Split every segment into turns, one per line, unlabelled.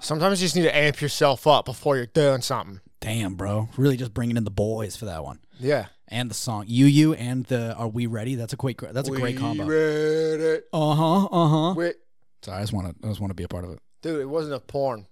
Sometimes you just need to amp yourself up before you're doing something.
Damn, bro. Really just bringing in the boys for that one.
Yeah.
And the song. You you and the Are We Ready? That's a quick that's a great
We
combo.
ready.
uh-huh. Uh-huh.
Wait.
Sorry, I just want to I just want to be a part of it.
Dude, it wasn't a porn.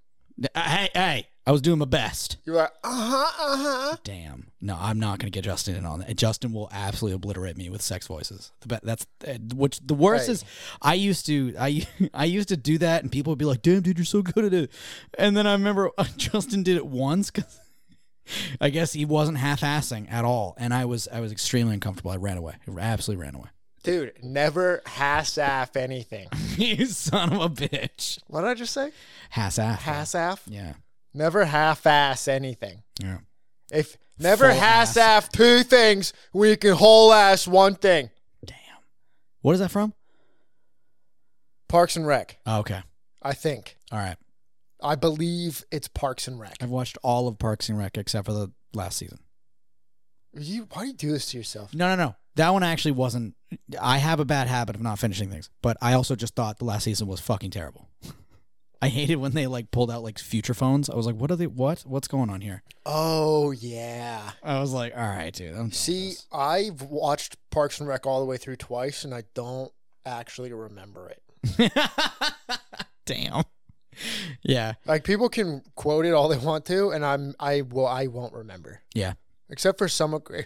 Uh, Hey, hey. I was doing my best.
You were like, uh huh, uh huh.
Damn. No, I'm not going to get Justin in on that. Justin will absolutely obliterate me with sex voices. The be- that's uh, which the worst
Right.
is I used to I I used to do that and people would be like, "Damn, dude, you're so good at it." And then I remember uh, Justin did it once cuz I guess he wasn't half-assing at all and I was I was extremely uncomfortable. I ran away. I absolutely ran away.
Dude, never hassaf anything.
you son of a bitch.
What did I just say?
Half-ass.
Hassaf?
yeah.
Never half ass anything.
Yeah.
If never
Full
hass
ass.
ass two things, we can whole ass one thing.
Damn. What is that from?
Parks and Rec,
Oh, okay.
I think.
All right.
I believe it's Parks and Rec.
I've watched all of Parks and Rec except for the last season.
You, why do you do this to yourself?
No, no, no. That one actually wasn't. I have a bad habit of not finishing things, but I also just thought the last season was fucking terrible. I hated when they like pulled out like future phones. I was like, what are they? What? What's going on here?
Oh yeah.
I was like, all right, dude. I'm done with
See,
this."
I've watched Parks and Rec all the way through twice, and I don't actually remember it.
damn. Yeah,
Like people can quote it all they want to, and I'm I will I won't remember.
yeah.
Except for some agree-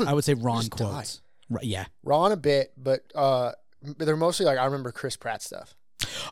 I would say Ron
Just die.
quotes. Right, yeah.
Ron a bit, but uh, they're mostly like I remember Chris Pratt stuff.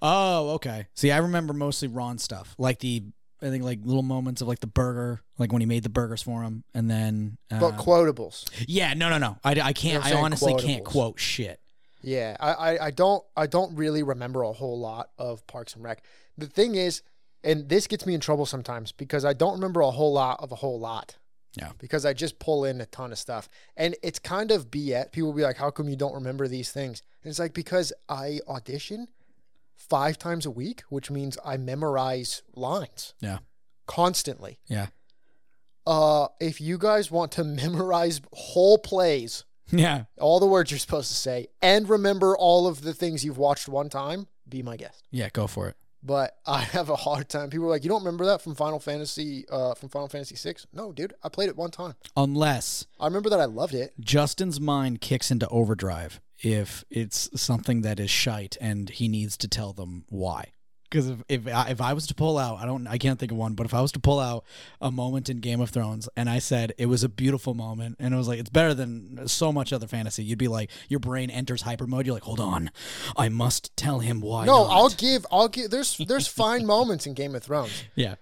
Oh, okay. See, I remember mostly Ron stuff, like the I think like little moments of like the burger, like when he made the burgers for him, and then. Uh,
But quotables.
yeah, no, no, no. I, I
You know
can't.
what
I
I'm saying?
honestly can't
Quotables.
quote shit.
Yeah, I, I, I don't I don't really remember a whole lot of Parks and Rec. The thing is, and this gets me in trouble sometimes because I don't remember a whole lot of a whole lot.
Yeah.
Because I just pull in a ton of stuff, and it's kind of BS. People be like, "How come you don't remember these things?" And it's like because I audition five times a week, which means I memorize lines
Yeah.
constantly.
Yeah.
Uh, if you guys want to memorize whole plays,
Yeah.
all the words you're supposed to say and remember all of the things you've watched one time, be my guest.
Yeah, go for it.
But I have a hard time. People are like, "You don't remember that from Final Fantasy uh from Final Fantasy 6?" No, dude. I played it one time.
Unless
I remember that I loved it.
Justin's mind kicks into overdrive if it's something that is shite and he needs to tell them why. Because if if I, if I was to pull out, I don't, I can't think of one, but if I was to pull out a moment in Game of Thrones and I said it was a beautiful moment and it was like it's better than so much other fantasy, you'd be like your brain enters hyper mode. You're like, hold on, I must tell him why.
No,
not."
I'll give I'll give there's there's fine moments in Game of Thrones.
yeah,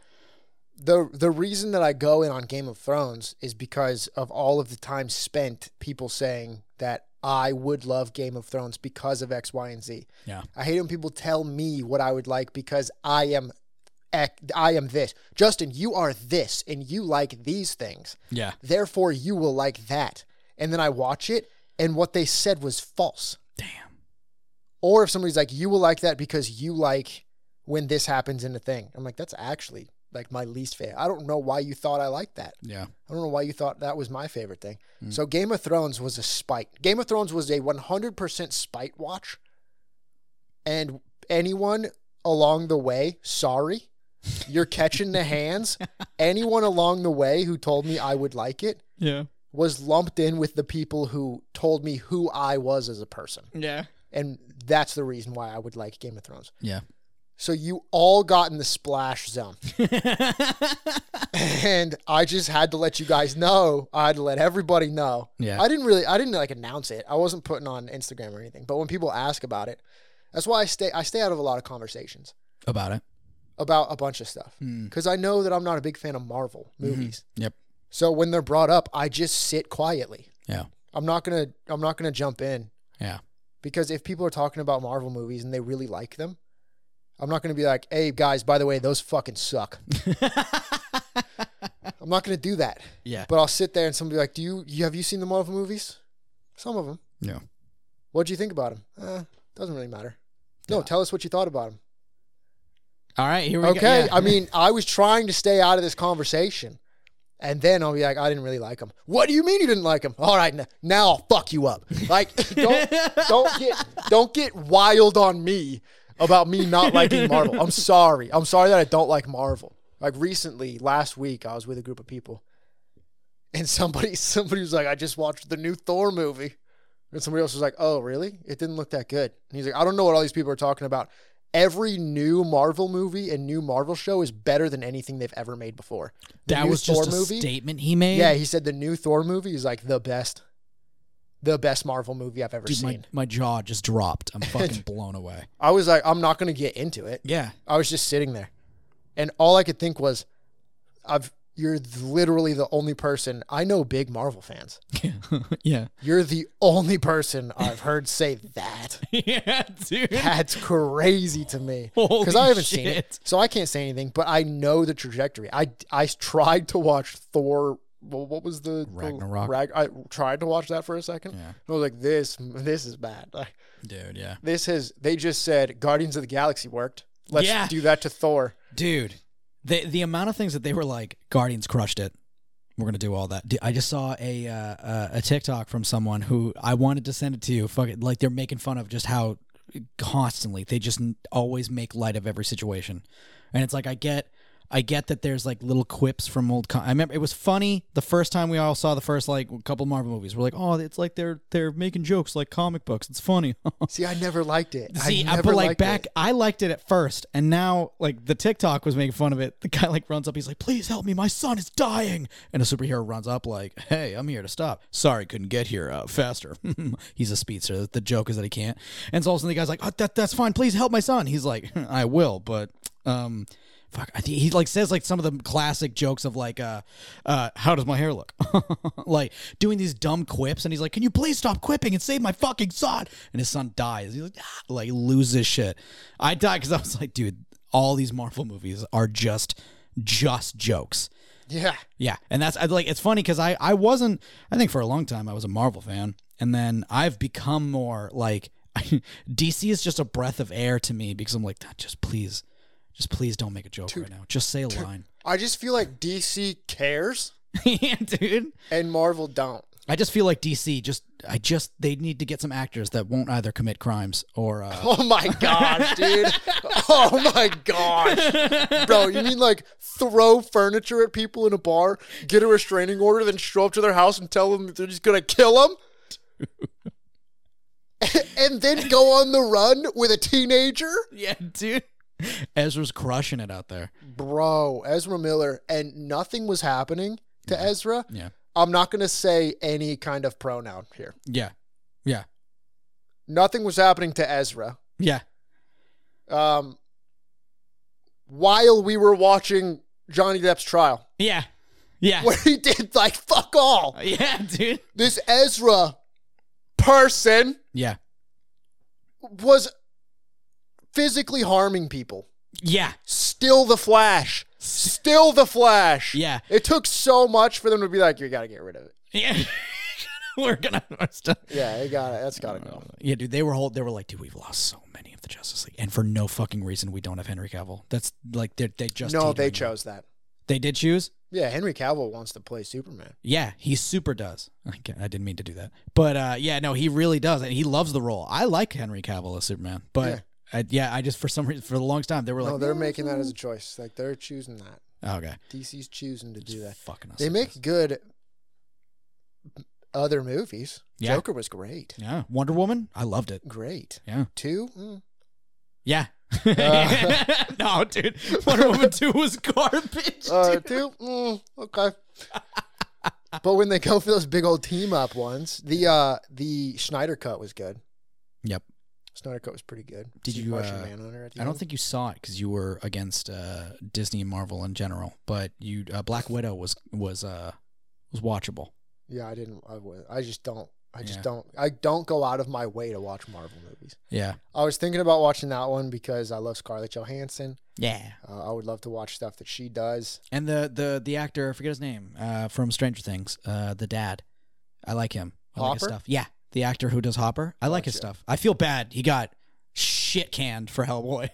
The the reason that I go in on Game of Thrones is because of all of the time spent people saying that I would love Game of Thrones because of X, Y, and Z.
yeah,
I hate when people tell me what I would like because I am ec- I am this. Justin, you are this and you like these things.
yeah,
Therefore you will like that. And then I watch it and what they said was false.
damn,
Or if somebody's like you will like that because you like when this happens in a thing. I'm like that's actually like my least favorite. I don't know why you thought I liked that.
yeah,
I don't know why you thought that was my favorite thing. So Game of Thrones was a spite. Game of Thrones was a 100% spite watch. And anyone along the way, sorry, you're catching the hands. Anyone along the way who told me I would like it
yeah,
was lumped in with the people who told me who I was as a person.
yeah,
And that's the reason why I would like Game of Thrones.
yeah.
So you all got in the splash zone. and I just had to let you guys know. I had to let everybody know.
Yeah.
I didn't really, I didn't like announce it. I wasn't putting on Instagram or anything. But when people ask about it, that's why I stay, I stay out of a lot of conversations
About it.
about a bunch of stuff
Hmm.
because I know that I'm not a big fan of Marvel movies.
Mm-hmm. Yep.
So when they're brought up, I just sit quietly.
Yeah.
I'm not gonna, I'm not gonna jump in
Yeah.
because if people are talking about Marvel movies and they really like them, I'm not gonna be like, hey guys, by the way, those fucking suck. I'm not gonna do that.
Yeah.
But I'll sit there and somebody be like, "Do you, you have you seen the Marvel movies? Some of them.
Yeah.
What would you think about them? Uh, doesn't really matter. No, tell us what you thought about them.
All right, here we go.
Okay.
Yeah.
I mean, I was trying to stay out of this conversation, and then I'll be like, "I didn't really like them. What do you mean you didn't like them? All right, now, now I'll fuck you up. Like, don't don't get don't get wild on me about me not liking Marvel. I'm sorry. I'm sorry that I don't like Marvel. Like recently, last week, I was with a group of people, and somebody somebody was like, "I just watched the new Thor movie," and somebody else was like, "Oh, really? It didn't look that good." And he's like, "I don't know what all these people are talking about." Every new Marvel movie and new Marvel show is better than anything they've ever made before. The
that
new
was just a statement he made.
yeah, he said the new Thor movie is like the best, the best Marvel movie I've ever
Dude,
seen.
my, my jaw just dropped. I'm fucking blown away.
I was like, I'm not going to get into it.
Yeah.
I was just sitting there, and all I could think was, "I've you're literally the only person I know big Marvel fans.
yeah.
You're the only person I've heard say that.
yeah, dude.
That's crazy to me because I
Holy
haven't seen it,
shit.
so I can't say anything. But I know the trajectory. I I tried to watch Thor. Well, what was the the
Ragnarok.
Rag, I tried to watch that for a second.
Yeah.
I was like, this this is bad. Like,
Dude, yeah.
this has they just said Guardians of the Galaxy worked. Let's
Yeah.
do that to Thor.
Dude, the the amount of things that they were like, Guardians crushed it. We're gonna do all that. D- I just saw a uh, uh, a TikTok from someone who I wanted to send it to you. Fuck it, like they're making fun of just how constantly they just n- always make light of every situation, and it's like I get. I get that there's like little quips from old. Con- I remember it was funny the first time we all saw the first like couple Marvel movies. We're like, oh, it's like they're they're making jokes like comic books. It's funny.
See, I never liked it.
See,
I
I
never
but like
liked
back,
it.
I liked it at first, and now like the TikTok was making fun of it. The guy like runs up, he's like, "Please help me, my son is dying!" And a superhero runs up, like, "Hey, I'm here to stop. Sorry, couldn't get here uh, faster." he's a speedster. The joke is that he can't. And so all of a sudden the guy's like, oh, "That that's fine. Please help my son." He's like, "I will, but um." Fuck, I think he like says like some of the classic jokes of like, uh, uh, how does my hair look? like doing these dumb quips, and he's like, "Can you please stop quipping and save my fucking son?" And his son dies. He's like, ah, like loses shit. I died because I was like, dude, all these Marvel movies are just, just jokes.
Yeah.
Yeah, and that's I, like it's funny because I I wasn't I think for a long time I was a Marvel fan, and then I've become more like DC is just a breath of air to me because I'm like "Ah, just please, just please don't make a joke right now. Just say a line.
I just feel like DC cares
yeah, dude.
and Marvel don't.
I just feel like DC just I just they need to get some actors that won't either commit crimes or uh,
Oh my gosh, dude. Oh my gosh. Bro, you mean like throw furniture at people in a bar, get a restraining order, then show up to their house and tell them that they're just going to kill them? and then go on the run with a teenager?
yeah, dude. Ezra's crushing it out there.
Bro, Ezra Miller, and nothing was happening to Ezra.
Yeah,
I'm not going to say any kind of pronoun here.
yeah, yeah,
Nothing was happening to Ezra.
yeah.
Um, while we were watching Johnny Depp's trial,
Yeah. Yeah.
where he did like fuck all.
Yeah, dude.
This Ezra person
Yeah.
was physically harming people.
Yeah.
Still the Flash. Still the Flash.
Yeah.
It took so much for them to be like, you gotta get rid of it.
Yeah. We're gonna stuff.
Yeah, you gotta. That's gotta go.
Yeah, dude, they were whole, they were like, dude, we've lost so many of the Justice League, and for no fucking reason, we don't have Henry Cavill. That's like they they just
No, they
teetering.
chose that.
They did choose.
Yeah, Henry Cavill wants to play Superman.
Yeah, he super does. I, can't- I didn't mean to do that, but uh, yeah, no, he really does, and he loves the role. I like Henry Cavill as Superman, but.
Yeah.
I, yeah, I just for some reason for the longest time they were like,
No, they're making that as a choice. Like they're choosing that.
oh, okay,
DC's choosing to do that.
fucking us.
They
with
make
this.
good other movies.
Yeah.
Joker was great.
yeah Wonder Woman. I loved it.
Great.
Yeah,
Two? Mm.
Yeah.
Uh.
no, dude. Wonder Woman 2 was garbage.
Uh,
dude.
two? Mm, okay. but when they go for those big old team up ones, the uh the Schneider cut was good.
Yep.
Snyder cut was pretty good.
Did
See
you,
Martian
uh,
Manhunter at the
I don't
end?
think you saw it because you were against uh, Disney and Marvel in general, but you uh, Black Widow was was uh, was watchable.
Yeah, I didn't. I, wa- I just don't. I just
Yeah.
don't. I don't go out of my way to watch Marvel movies.
Yeah.
I was thinking about watching that one because I love Scarlett Johansson.
Yeah.
Uh, I would love to watch stuff that she does.
And the the the actor, I forget his name, uh, from Stranger Things, uh, the dad. I like him. I like his
Hopper?
stuff. Yeah, the actor who does Hopper. I like his
Gotcha.
stuff. I feel bad. He got shit canned for Hellboy.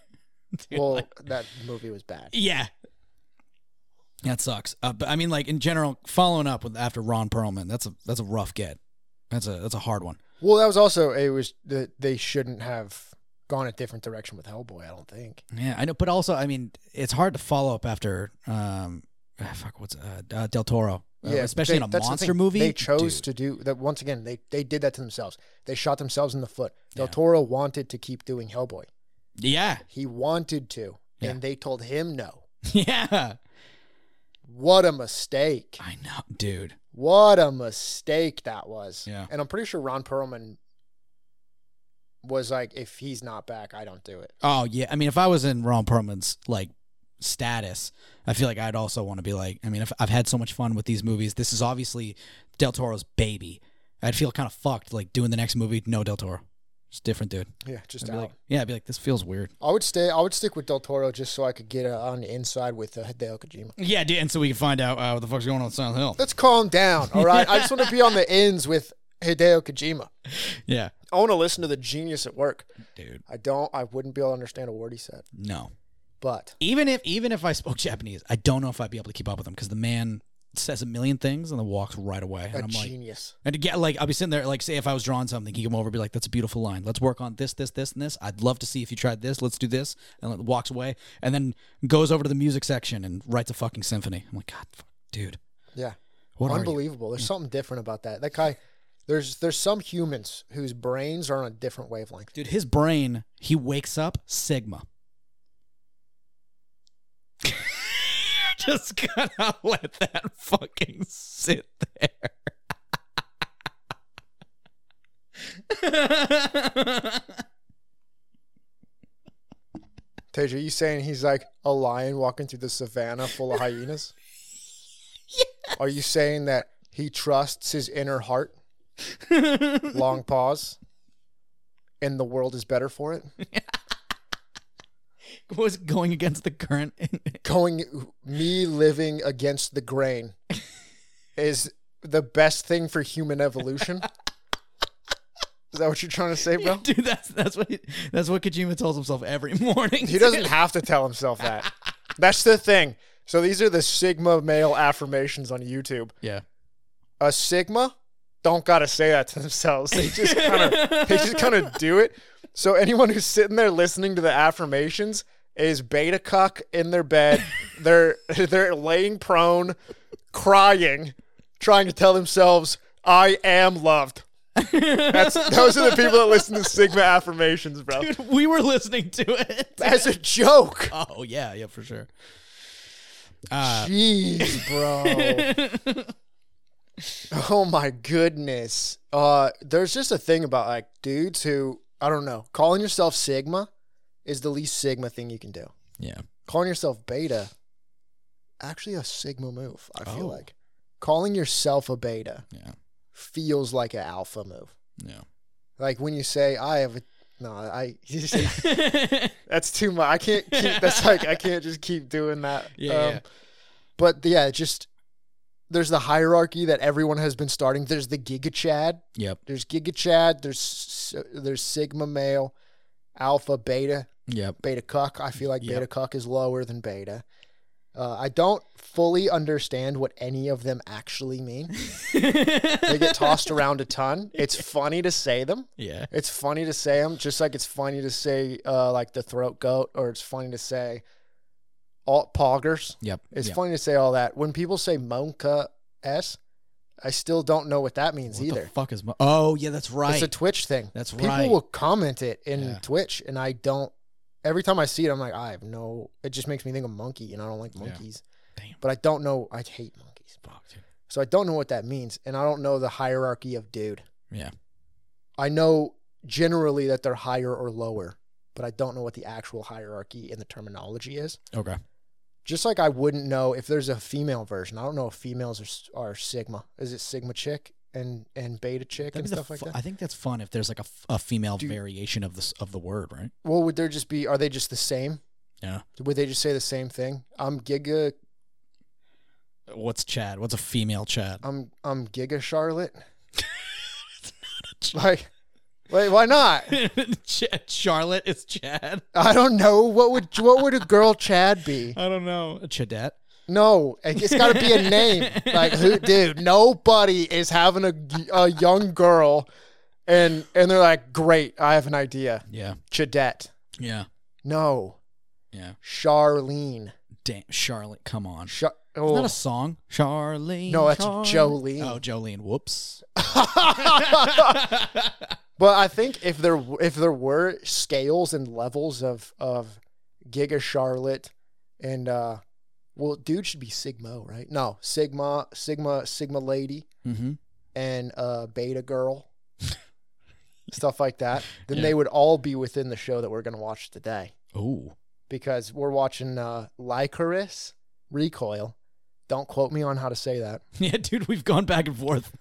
Dude,
well,
like-
that movie was bad.
Yeah. That sucks. Uh, but I mean, like in general, following up with after Ron Perlman, that's a that's a rough get. That's a that's a hard one.
Well, that was also it was that they shouldn't have gone a different direction with Hellboy. I don't think.
Yeah, I know, but also, I mean, it's hard to follow up after, um, ah, fuck, what's uh, uh, Del Toro, Uh, especially
they-
in a
that's the
monster
thing.
movie.
They chose
Dude,
to do that once again. They they did that to themselves. They shot themselves in the foot. Del
Yeah.
Toro wanted to keep doing Hellboy.
yeah,
He wanted to,
Yeah.
and they told him no.
yeah.
What a mistake!
I know, dude.
What a mistake that was.
Yeah.
And I'm pretty sure Ron Perlman was like, if he's not back, I don't do it.
Oh yeah, I mean, if I was in Ron Perlman's like status, I feel like I'd also want to be like, I mean, if I've had so much fun with these movies, this is obviously Del Toro's baby. I'd feel kind of fucked like doing the next movie. No, Del Toro, it's different, dude.
Yeah, just
I'd
out.
be like, yeah, I'd be like, this feels weird.
I would stay. I would stick with Del Toro just so I could get uh, on the inside with uh, Hideo Kojima.
Yeah, dude, and so we can find out uh, what the fuck's going on in Silent Hill.
Let's calm down, all right? I just want to be on the ends with Hideo Kojima.
Yeah,
I want to listen to the genius at work.
dude,
I don't. I wouldn't be able to understand a word he said.
no.
But
Even if even if I spoke Japanese, I don't know if I'd be able to keep up with him because the man says a million things and then walks right away, and
a
I'm like.
genius.
And to get like, I'll be sitting there, like, say if I was drawing something, he'd come over and be like, that's a beautiful line. Let's work on this, this, this, and this. I'd love to see if you tried this. Let's do this. And then walks away and then goes over to the music section and writes a fucking symphony. I'm like, God, fuck, dude.
Yeah.
What are you?
Unbelievable. There's something different about that. That guy. There's there's some humans whose brains are on a different wavelength.
Dude, his brain, he wakes up Sigma. Just gotta let that fucking sit there.
Tej, are you saying he's like a lion walking through the savannah full of hyenas? Are you saying that he trusts his inner heart? Long pause. And the world is better for it.
was going against the current.
Going, me living against the grain is the best thing for human evolution. Is that what you're trying to say, bro?
Dude, that's that's what that's what Kojima tells himself every morning.
He doesn't have to tell himself that. That's the thing. So these are the Sigma male affirmations on YouTube.
Yeah.
a sigma don't gotta say that to themselves. They just kind of they just kind of do it. So anyone who's sitting there listening to the affirmations is beta cuck in their bed. they're they're laying prone, crying, trying to tell themselves I am loved. That's those are the people that listen to sigma affirmations, bro.
Dude, we were listening to it.
As a joke.
Oh yeah, yeah, for sure.
Uh,
Uh,
Jeez, bro. oh my goodness. Uh, there's just a thing about like dudes who I don't know. Calling yourself Sigma is the least Sigma thing you can do.
Yeah.
Calling yourself Beta, actually a Sigma move. I feel
Oh.
like calling yourself a Beta
Yeah.
feels like an Alpha move.
Yeah.
Like when you say I have a no, I you say,
yeah,
that's too much. I can't keep that's like I can't just keep doing that. Um,
yeah.
But yeah, just there's the hierarchy that everyone has been starting. There's the Giga Chad.
Yep.
There's Giga Chad. There's S- there's Sigma male, Alpha, Beta,
Yep.
Beta Cuck. I feel like
Yep.
Beta Cuck is lower than Beta. Uh, I don't fully understand what any of them actually mean. They get tossed around a ton. It's funny to say them.
yeah.
It's funny to say them, just like it's funny to say uh, like the throat goat, or it's funny to say alt poggers.
Yep.
It's
yep.
funny to say all that. When people say Monka S, I still don't know what that means
What the
either.
fuck is? Mo- oh yeah, that's right.
It's a Twitch thing.
That's
people
right.
will comment it in
Yeah.
Twitch, and I don't. Every time I see it, I'm like, I have no. It just makes me think of monkey, and I don't like
Yeah.
monkeys.
Damn.
But I don't know. I hate monkeys,
Fuck, dude.
so I don't know what that means, and I don't know the hierarchy of dude.
Yeah.
I know generally that they're higher or lower, but I don't know what the actual hierarchy and the terminology is.
Okay.
Just like I wouldn't know if there's a female version. I don't know if females are, are Sigma. Is it Sigma chick and and Beta chick and
That'd be the
stuff like
fu-
that?
I think that's fun if there's like a, f- a female
Dude.
variation of this of the word, right?
Well, would there just be? Are they just the same?
Yeah.
Would they just say the same thing? I'm Giga.
What's Chad? What's a female Chad?
I'm I'm Giga Charlotte. like, wait, why not?
Ch- Charlotte is Chad.
I don't know. What would what would a girl Chad be?
I don't know. A Chadette.
No, it's got to be a name. Like, who, dude, nobody is having a, a young girl and and they're like, "Great, I have an idea."
Yeah.
Chadette,
Yeah.
no,
Yeah.
Charlene.
Damn, Charlotte, come on.
Char-
Is
oh.
that a song? Charlene.
No, that's
Charlene.
Jolene.
Oh, Jolene. Whoops.
oh. but I think if there if there were scales and levels of of Giga Charlotte and uh, well, dude should be Sigma, right? No, Sigma, Sigma, Sigma Lady.
hmm
and a beta girl, stuff like that, then
Yeah.
they would all be within the show that we're going to watch today
Ooh.
because we're watching uh, Lycoris Recoil. Don't quote me on how to say that.
Yeah, dude, we've gone back and forth.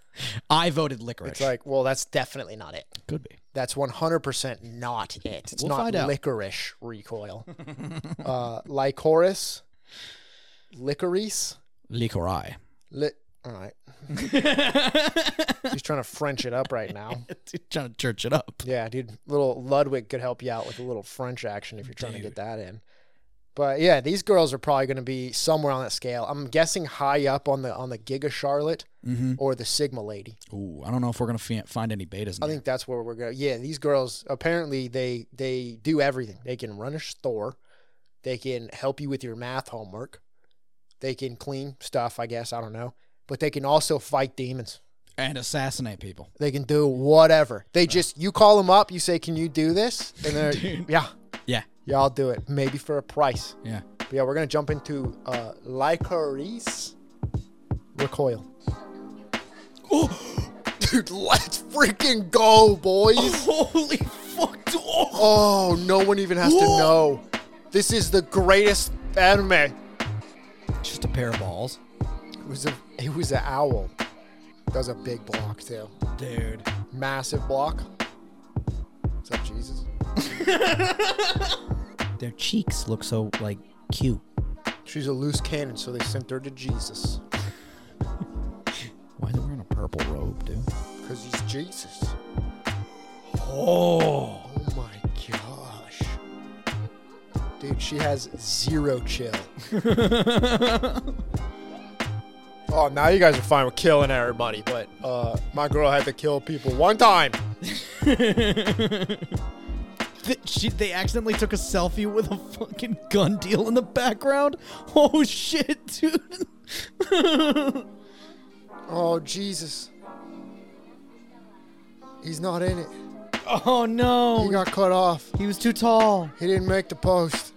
I voted licorice.
It's like, well, that's definitely not it.
Could be.
That's 100% not it. It's
We'll
not
find out.
licorice recoil. uh, Lycoris, licorice,
Licorice.
li- all right. He's trying to French it up right now.
Trying to church it up.
Yeah, dude, little Ludwig could help you out with a little French action if you're trying to get that in. But yeah, these girls are probably going to be somewhere on that scale. I'm guessing high up on the on the Giga Charlotte
Mm-hmm.
or the Sigma Lady.
Ooh, I don't know if we're gonna fi- find any betas. In
I think that's where we're going. Yeah, these girls apparently they they do everything. They can run a store. They can help you with your math homework. They can clean stuff, I guess, I don't know. But they can also fight demons.
there. and assassinate people.
They can do whatever. They just you call them up, you say, "Can you do this?" And they're
Dude.
yeah.
Yeah,
Yeah, I'll do it. Maybe for a price.
yeah.
But yeah, we're gonna jump into uh Lycoris Recoil.
Oh,
Dude, let's freaking go, boys!
holy fuck! dude. Oh,
Oh, no one even has to
Whoa.
know. This is the greatest anime. It
just a pair of balls,
was a it was an owl. That was a big block too.
dude.
Massive block. What's up, Jesus?
Their cheeks look so like cute.
She's a loose cannon, so they sent her to Jesus.
Why are they wearing a purple robe, dude?
Cause he's Jesus.
Oh,
Oh my gosh. Dude, she has zero chill. oh, now you guys are fine with killing everybody, but uh, my girl had to kill people one time.
Th- she, they accidentally took a selfie with a fucking gun deal in the background. Oh shit, dude.
Oh, Jesus. He's not in it.
Oh no,
He got cut off.
he was too tall.
He didn't make the post.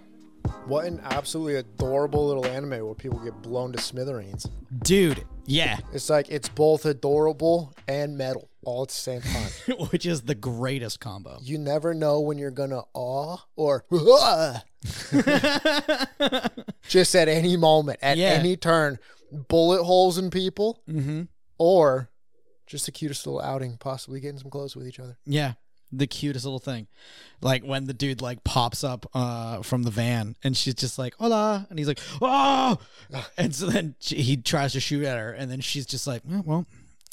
What an absolutely adorable little anime where people get blown to smithereens.
Dude, yeah.
It's like it's both adorable and metal all at the same time.
Which is the greatest combo.
you never know when you're gonna awe or just at any moment, at
Yeah.
any turn, bullet holes in people,
Mm-hmm.
or just the cutest little outing, possibly getting some clothes with each other.
Yeah. The cutest little thing. Like when the dude like pops up uh from the van and she's just like, hola. And he's like, oh. And so then she, he tries to shoot at her and then she's just like, "Eh, well.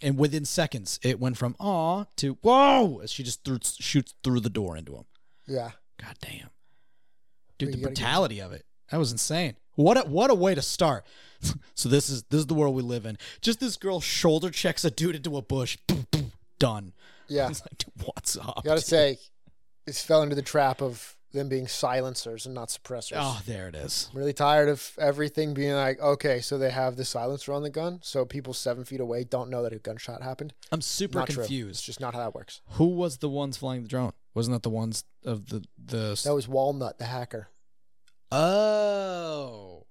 And within seconds, it went from aw to whoa. as She just threw, shoots through the door into him.
Yeah,
God damn.
But you
Dude, the
gotta get-
brutality of it. That was insane. What a what a way to start. so this is this is the world we live in. Just this girl shoulder checks a dude into a bush. Boom, boom, done.
yeah.
It's like, dude, what's up?
Gotta
dude?
say, it's fell into the trap of them being silencers and not suppressors.
Oh, there it is.
I'm really tired of everything being like, okay, so they have the silencer on the gun, so people seven feet away don't know that a gunshot happened.
I'm super
Not true. It's
confused.
just not how that works.
Who was the ones flying the drone? Wasn't that the ones of the the
That was Walnut, the hacker.
Oh.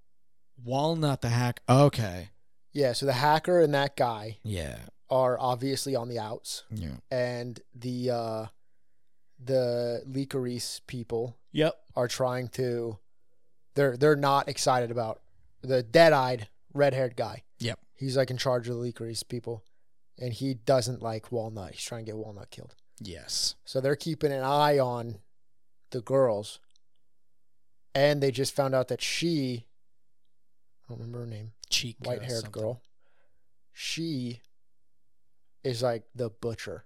Walnut the hack. Okay.
Yeah, so the hacker and that guy
Yeah.
are obviously on the outs,
Yeah.
and the uh, the Licorice people
Yep.
are trying to. They're they're not excited about the dead-eyed, red-haired guy.
Yep.
He's like in charge of the Licorice people, and he doesn't like Walnut. He's trying to get Walnut killed,
Yes.
so they're keeping an eye on the girls. And they just found out that she, I don't remember her name.
Cheek. uh,
white haired
something.
girl. She is like the butcher.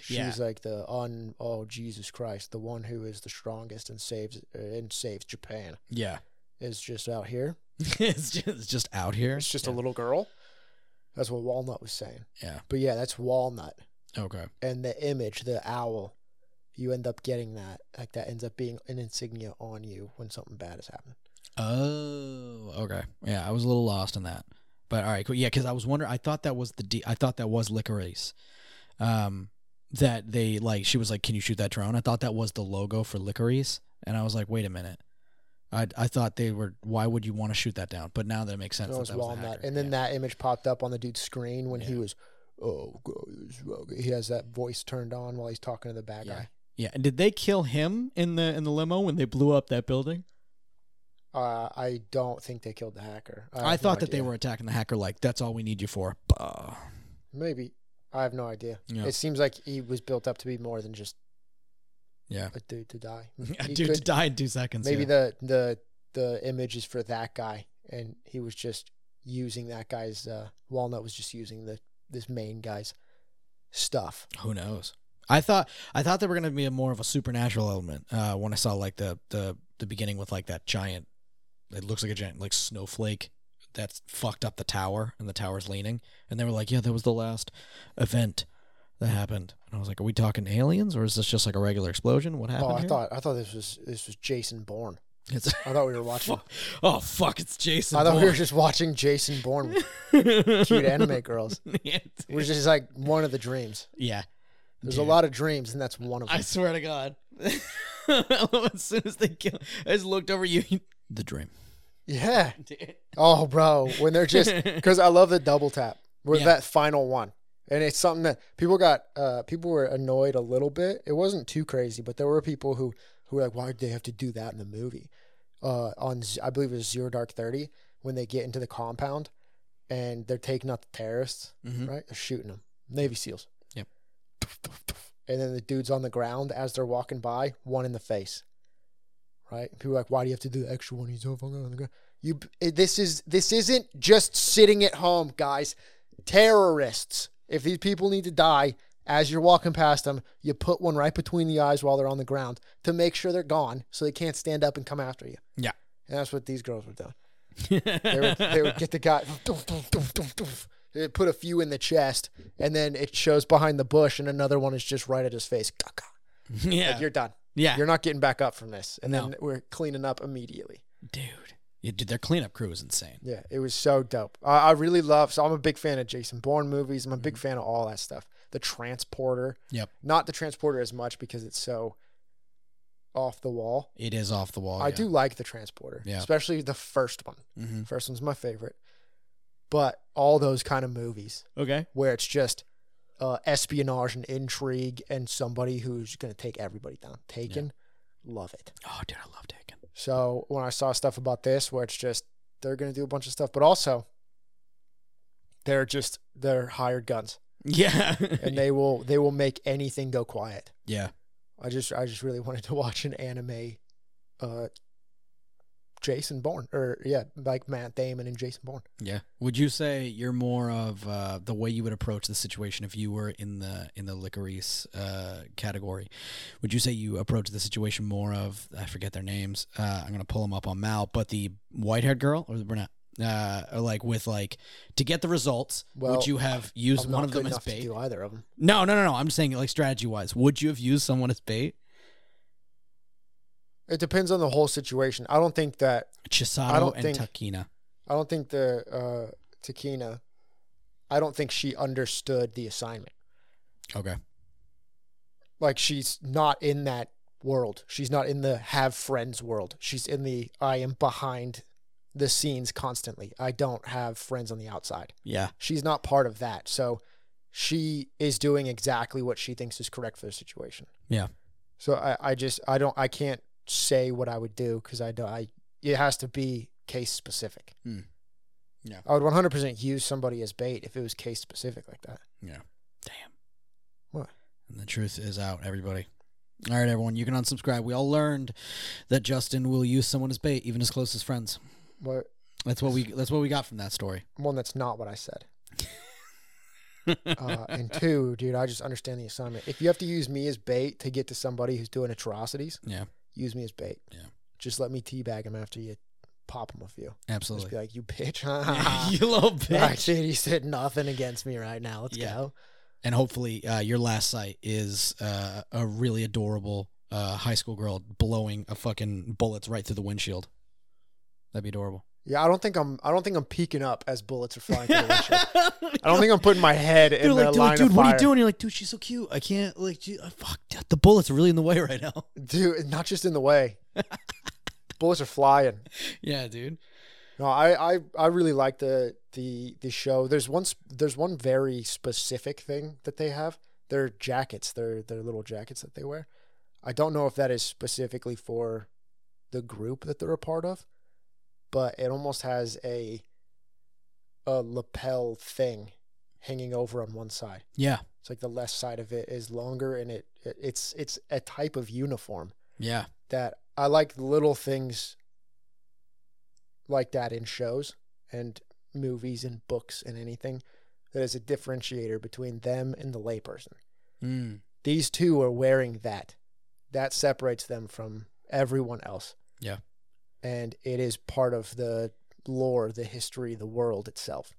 She's
Yeah.
like the un oh Jesus Christ, the one who is the strongest and saves uh, and saves Japan
Yeah.
is just out here.
it's just it's just out here.
It's just
yeah.
a little girl. That's what Walnut was saying.
Yeah.
But yeah, that's Walnut.
Okay.
and the image, the owl, you end up getting that. Like that ends up being an insignia on you when something bad has happened.
Oh, okay. Yeah, I was a little lost on that. But all right, cool. Yeah, because I was wondering. I thought that was the. D- I thought that was Licorice. Um, that they like. She was like, "Can you shoot that drone?" I thought that was the logo for Licorice, and I was like, "Wait a minute." I I thought they were. Why would you want to shoot that down? But now that it makes sense.
So it
that
was
that was the
walnut,
hacker.
and then
Yeah.
that image popped up on the dude's screen when he
Yeah.
was, oh, God, this rogue." he has that voice turned on while he's talking to the bad
Yeah.
guy.
Yeah, and did they kill him in the in the limo when they blew up that building?
Uh, I don't think they killed the hacker. have
I,
no
thought that they
idea.
were attacking the hacker. Like that's all we need you for. Bah.
maybe. I have no idea.
Yeah.
It seems like he was built up to be more than just
Yeah,
a dude to die.
a
He
dude
could-
to die in two seconds.
maybe
yeah.
the the the image is for that guy, and he was just using that guy's uh, walnut was just using the this main guy's stuff.
Who knows? I thought I thought they were gonna be a more of a supernatural element uh, when I saw like the the the beginning with like that giant. It looks like a giant like snowflake that's fucked up the tower, and the tower's leaning. And they were like, "Yeah, that was the last event that happened." And I was like, "Are we talking aliens, or is this just like a regular explosion? What happened?"
Oh, I
here?"
thought I thought this was this was Jason Bourne.
it's
I thought we were watching.
fuck. Oh fuck! It's Jason.
I thought we were
Bourne.
just watching Jason Bourne with cute anime girls.
Yeah,
It was just like one of the dreams.
yeah.
There's a
Dude.
lot of dreams, and that's one of them.
I swear to God. I love as soon as they kill, I just looked over you. The dream.
yeah. Oh, bro, when they're just because I love the double tap with
Yeah.
that final one, and it's something that people got. Uh, people were annoyed a little bit. It wasn't too crazy, but there were people who who were like, "Why did they have to do that in the movie?" Uh, on Z- I believe it was Zero Dark Thirty when they get into the compound and they're taking out the terrorists.
Mhm.
Right, they're shooting them. Navy SEALs.
Yep.
And then the dude's on the ground as they're walking by, one in the face. Right? People are like, "Why do you have to do the extra one? He's so fucking on the ground." You it- this is this isn't just sitting at home, guys. Terrorists. If these people need to die, as you're walking past them, you put one right between the eyes while they're on the ground to make sure they're gone, so they can't stand up and come after you.
Yeah.
and that's what these girls were doing. They would, they would get the guy, doof, doof, doof, doof, doof. They put a few in the chest, and then it shows behind the bush, and another one is just right at his face. Gah, gah.
yeah.
Like, you're done.
yeah.
You're not getting back up from this. And
No.
then we're cleaning up immediately.
dude. Yeah, dude, their cleanup crew is insane.
Yeah, it was so dope. I, I really love. So I'm a big fan of Jason Bourne movies. I'm a big fan of all that stuff. The Transporter.
Mm-hmm. Yep.
Not the Transporter as much because it's so off the wall.
It is off the wall.
I
Oh, yeah.
do like the Transporter,
Yeah.
especially the first one.
Mhm.
First one's my favorite. But all those kind of movies
Okay.
where it's just uh, espionage and intrigue and somebody who's going to take everybody down. Taken, love it.
Oh, dude, I love Taken.
So when I saw stuff about this, where it's just they're going to do a bunch of stuff, but also they're just they're hired guns,
Yeah.
and they will they will make anything go quiet.
yeah.
I just I just really wanted to watch an anime, uh, Jason Bourne or yeah, like Matt Damon and Jason Bourne.
Yeah. Would you say you're more of uh, the way you would approach the situation if you were in the in the licorice uh, category? Would you say you approach the situation more of I forget their names. Uh, I'm gonna pull them up on Mal, but the white haired girl or the brunette. Uh, or like with like to get the results,
Well,
would you have used
I'm
one
not
of
good
them as
enough to
bait?
do either of them.
No, no, no, no. I'm just saying like strategy wise, would you have used someone as bait?
It depends on the whole situation. I don't think that I
Chisato
don't
and
think-
Takina.
I don't think the uh, Takina. I don't think she understood the assignment.
Okay.
like she's not in that world. She's not in the have friends world. She's in the I am behind the scenes constantly. I don't have friends on the outside.
Yeah.
She's not part of that. So she is doing exactly what she thinks is correct for the situation.
Yeah.
So I, I just I don't I can't say what I would do because I don't I it has to be case specific.
Hmm. Yeah.
I would 100% use somebody as bait if it was case specific like that.
Damn.
What?
And the truth is out, everybody. All right, everyone, you can unsubscribe. We all learned that Justin will use someone as bait, even his closest friends.
But
That's what we. That's what we got from that story.
one that's not what I said. uh, and two, dude, I just understand the assignment. If you have to use me as bait to get to somebody who's doing atrocities,
Yeah.
use me as bait.
Yeah.
Just let me teabag him after you pop him a few. Just be
Absolutely.
like, you bitch.
you little
Like,
bitch.
dude, he said nothing against me right now. Let's
Yeah.
go.
and hopefully uh, your last sight is uh, a really adorable uh, high school girl blowing a fucking bullets right through the windshield. That'd be adorable.
Yeah, I don't think I'm. I don't think I'm peeking up as bullets are flying. through the windshield. I don't think I'm putting my head in
They're
the
like,
line
dude, dude
of
what are
fire.
you doing? You're like, dude, she's so cute. I can't, like, gee, uh, fuck, dude, the bullets are really in the way right now.
Dude, not just in the way. bullets are flying.
yeah, dude.
No, I, I, I really like the the the show. There's one sp- there's one very specific thing that they have. Their jackets, their their little jackets that they wear. I don't know if that is specifically for the group that they're a part of, but it almost has a a lapel thing hanging over on one side.
Yeah,
It's like the left side of it is longer, and it, it it's it's a type of uniform
yeah,
that I like little things like that in shows and movies and books and anything that is a differentiator between them and the layperson.
mm,
These two are wearing that. That separates them from everyone else.
Yeah.
And it is part of the lore, the history, the world itself.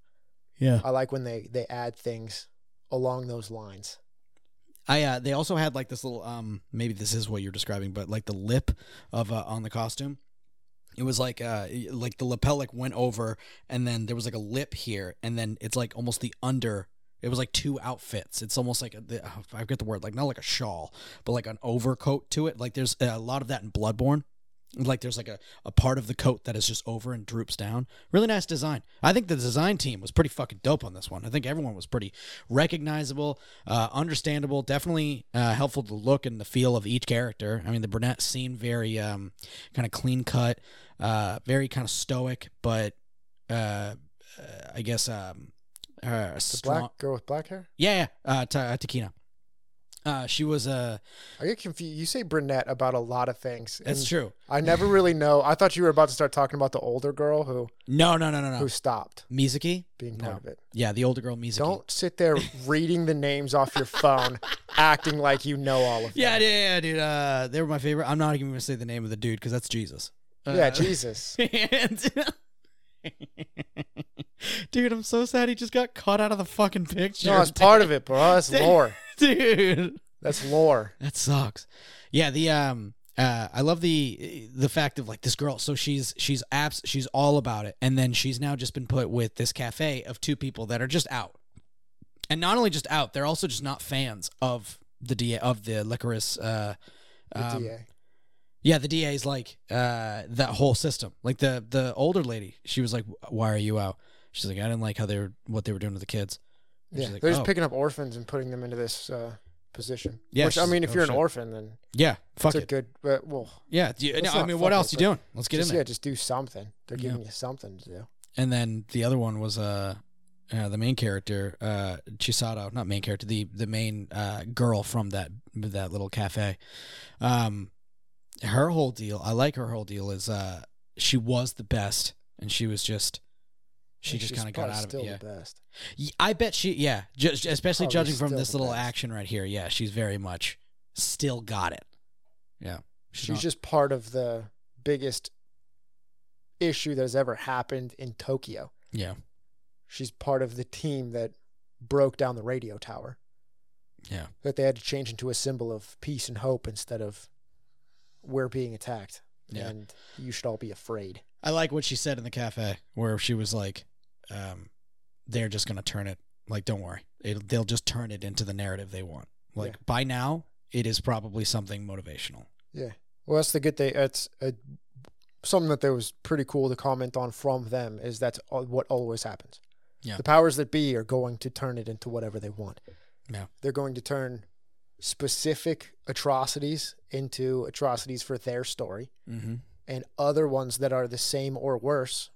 yeah.
I like when they they add things along those lines.
I uh, they also had like this little um maybe this is what you're describing, but like the lip of uh, on the costume. It was like uh like the lapel like went over and then there was like a lip here and then it's like almost the under. It was like two outfits. It's almost like a, the, oh, I forget the word like not like a shawl, but like an overcoat to it. Like there's uh, a lot of that in Bloodborne. Like there's like a, a part of the coat that is just over and droops down. Really nice design. I think the design team was pretty fucking dope on this one. I think everyone was pretty recognizable uh, understandable, definitely uh, helpful to look and the feel of each character. I mean, the brunette seemed very um, kind of clean cut, uh, very kind of stoic, but uh, uh, I guess um, uh,
The
strong.
black girl with black hair?
yeah, yeah, uh, Ta- Takina. Uh, she was uh,
I get confused. You say brunette about a lot of things.
that's
and
true.
I never really know. I thought you were about to start talking about the older girl who
No, no, no, no, no.
who stopped
Mizuki.
being
No.
part of it.
Yeah, the older girl Mizuki.
Don't sit there reading the names off your phone, acting like you know all of them.
Yeah, yeah, yeah, dude. Uh, they were my favorite. I'm not even gonna say the name of the dude because that's Jesus. Uh,
yeah, Jesus.
And- dude, I'm so sad he just got caught out of the fucking picture.
No, it's part of it, bro. That's lore.
dude.
That's lore.
That sucks. Yeah, the um uh, I love the the fact of like this girl. So she's she's abs she's all about it, and then she's now just been put with this cafe of two people that are just out, and not only just out, they're also just not fans of the DA of the licorice. Uh,
The
um,
DA.
yeah, the DA is like uh, that whole system. Like the the older lady, she was like, "Why are you out?" She's like, "I didn't like how they were what they were doing to the kids." And
Yeah,
she's like,
they're just
"Oh,
picking up orphans and putting them into this uh, position.
Yeah,
Which I
she's-
mean, if
oh,
you're an
shit.
orphan, then
yeah, fuck
it's a
it,
good. But well,
yeah. do you-
Let's
no, I
not
mean, what
fuck
else
it,
you
but
doing? Let's get
just,
in there.
yeah, just do something. They're giving you something to do.
And then the other one was uh, uh the main character, uh Chisato, not main character, the the main uh girl from that that little cafe. Um her whole deal, I like her whole deal is uh she was the best and she was just she
And
just
she's
kind of got
probably
out of
still
it. Yeah.
the best.
Ye- I bet she, yeah, ju- ju- especially
probably
judging from
still
this
the
little
best.
action right here. Yeah, she's very much still got it. Yeah, she's,
She's
not-
just part of the biggest issue that has ever happened in Tokyo.
yeah,
She's part of the team that broke down the radio tower.
Yeah.
That they had to change into a symbol of peace and hope instead of we're being attacked
Yeah.
and you should all be afraid.
I like what she said in the cafe where she was like, um, "They're just gonna turn it. Like, don't worry, It'll, they'll just turn it into the narrative they want. Like
Yeah.
by now, it is probably something motivational."
Well, that's the good thing. That's uh something that there was pretty cool to comment on from them is that's al- what always happens.
Yeah.
The powers that be are going to turn it into whatever they want.
Yeah.
They're going to turn specific atrocities into atrocities for their story
Mm-hmm.
and other ones that are the same or worse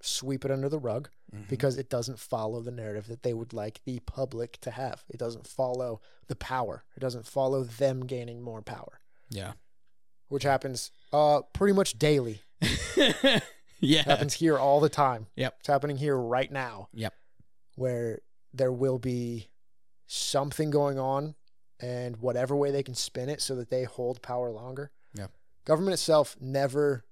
sweep it under the rug
Mm-hmm.
because it doesn't follow the narrative that they would like the public to have. It doesn't follow the power. It doesn't follow them gaining more power
yeah,
which happens uh pretty much daily.
yeah,
It happens here all the time.
Yep.
It's happening here right now.
Yep.
Where there will be something going on and whatever way they can spin it so that they hold power longer.
Yeah.
Government itself never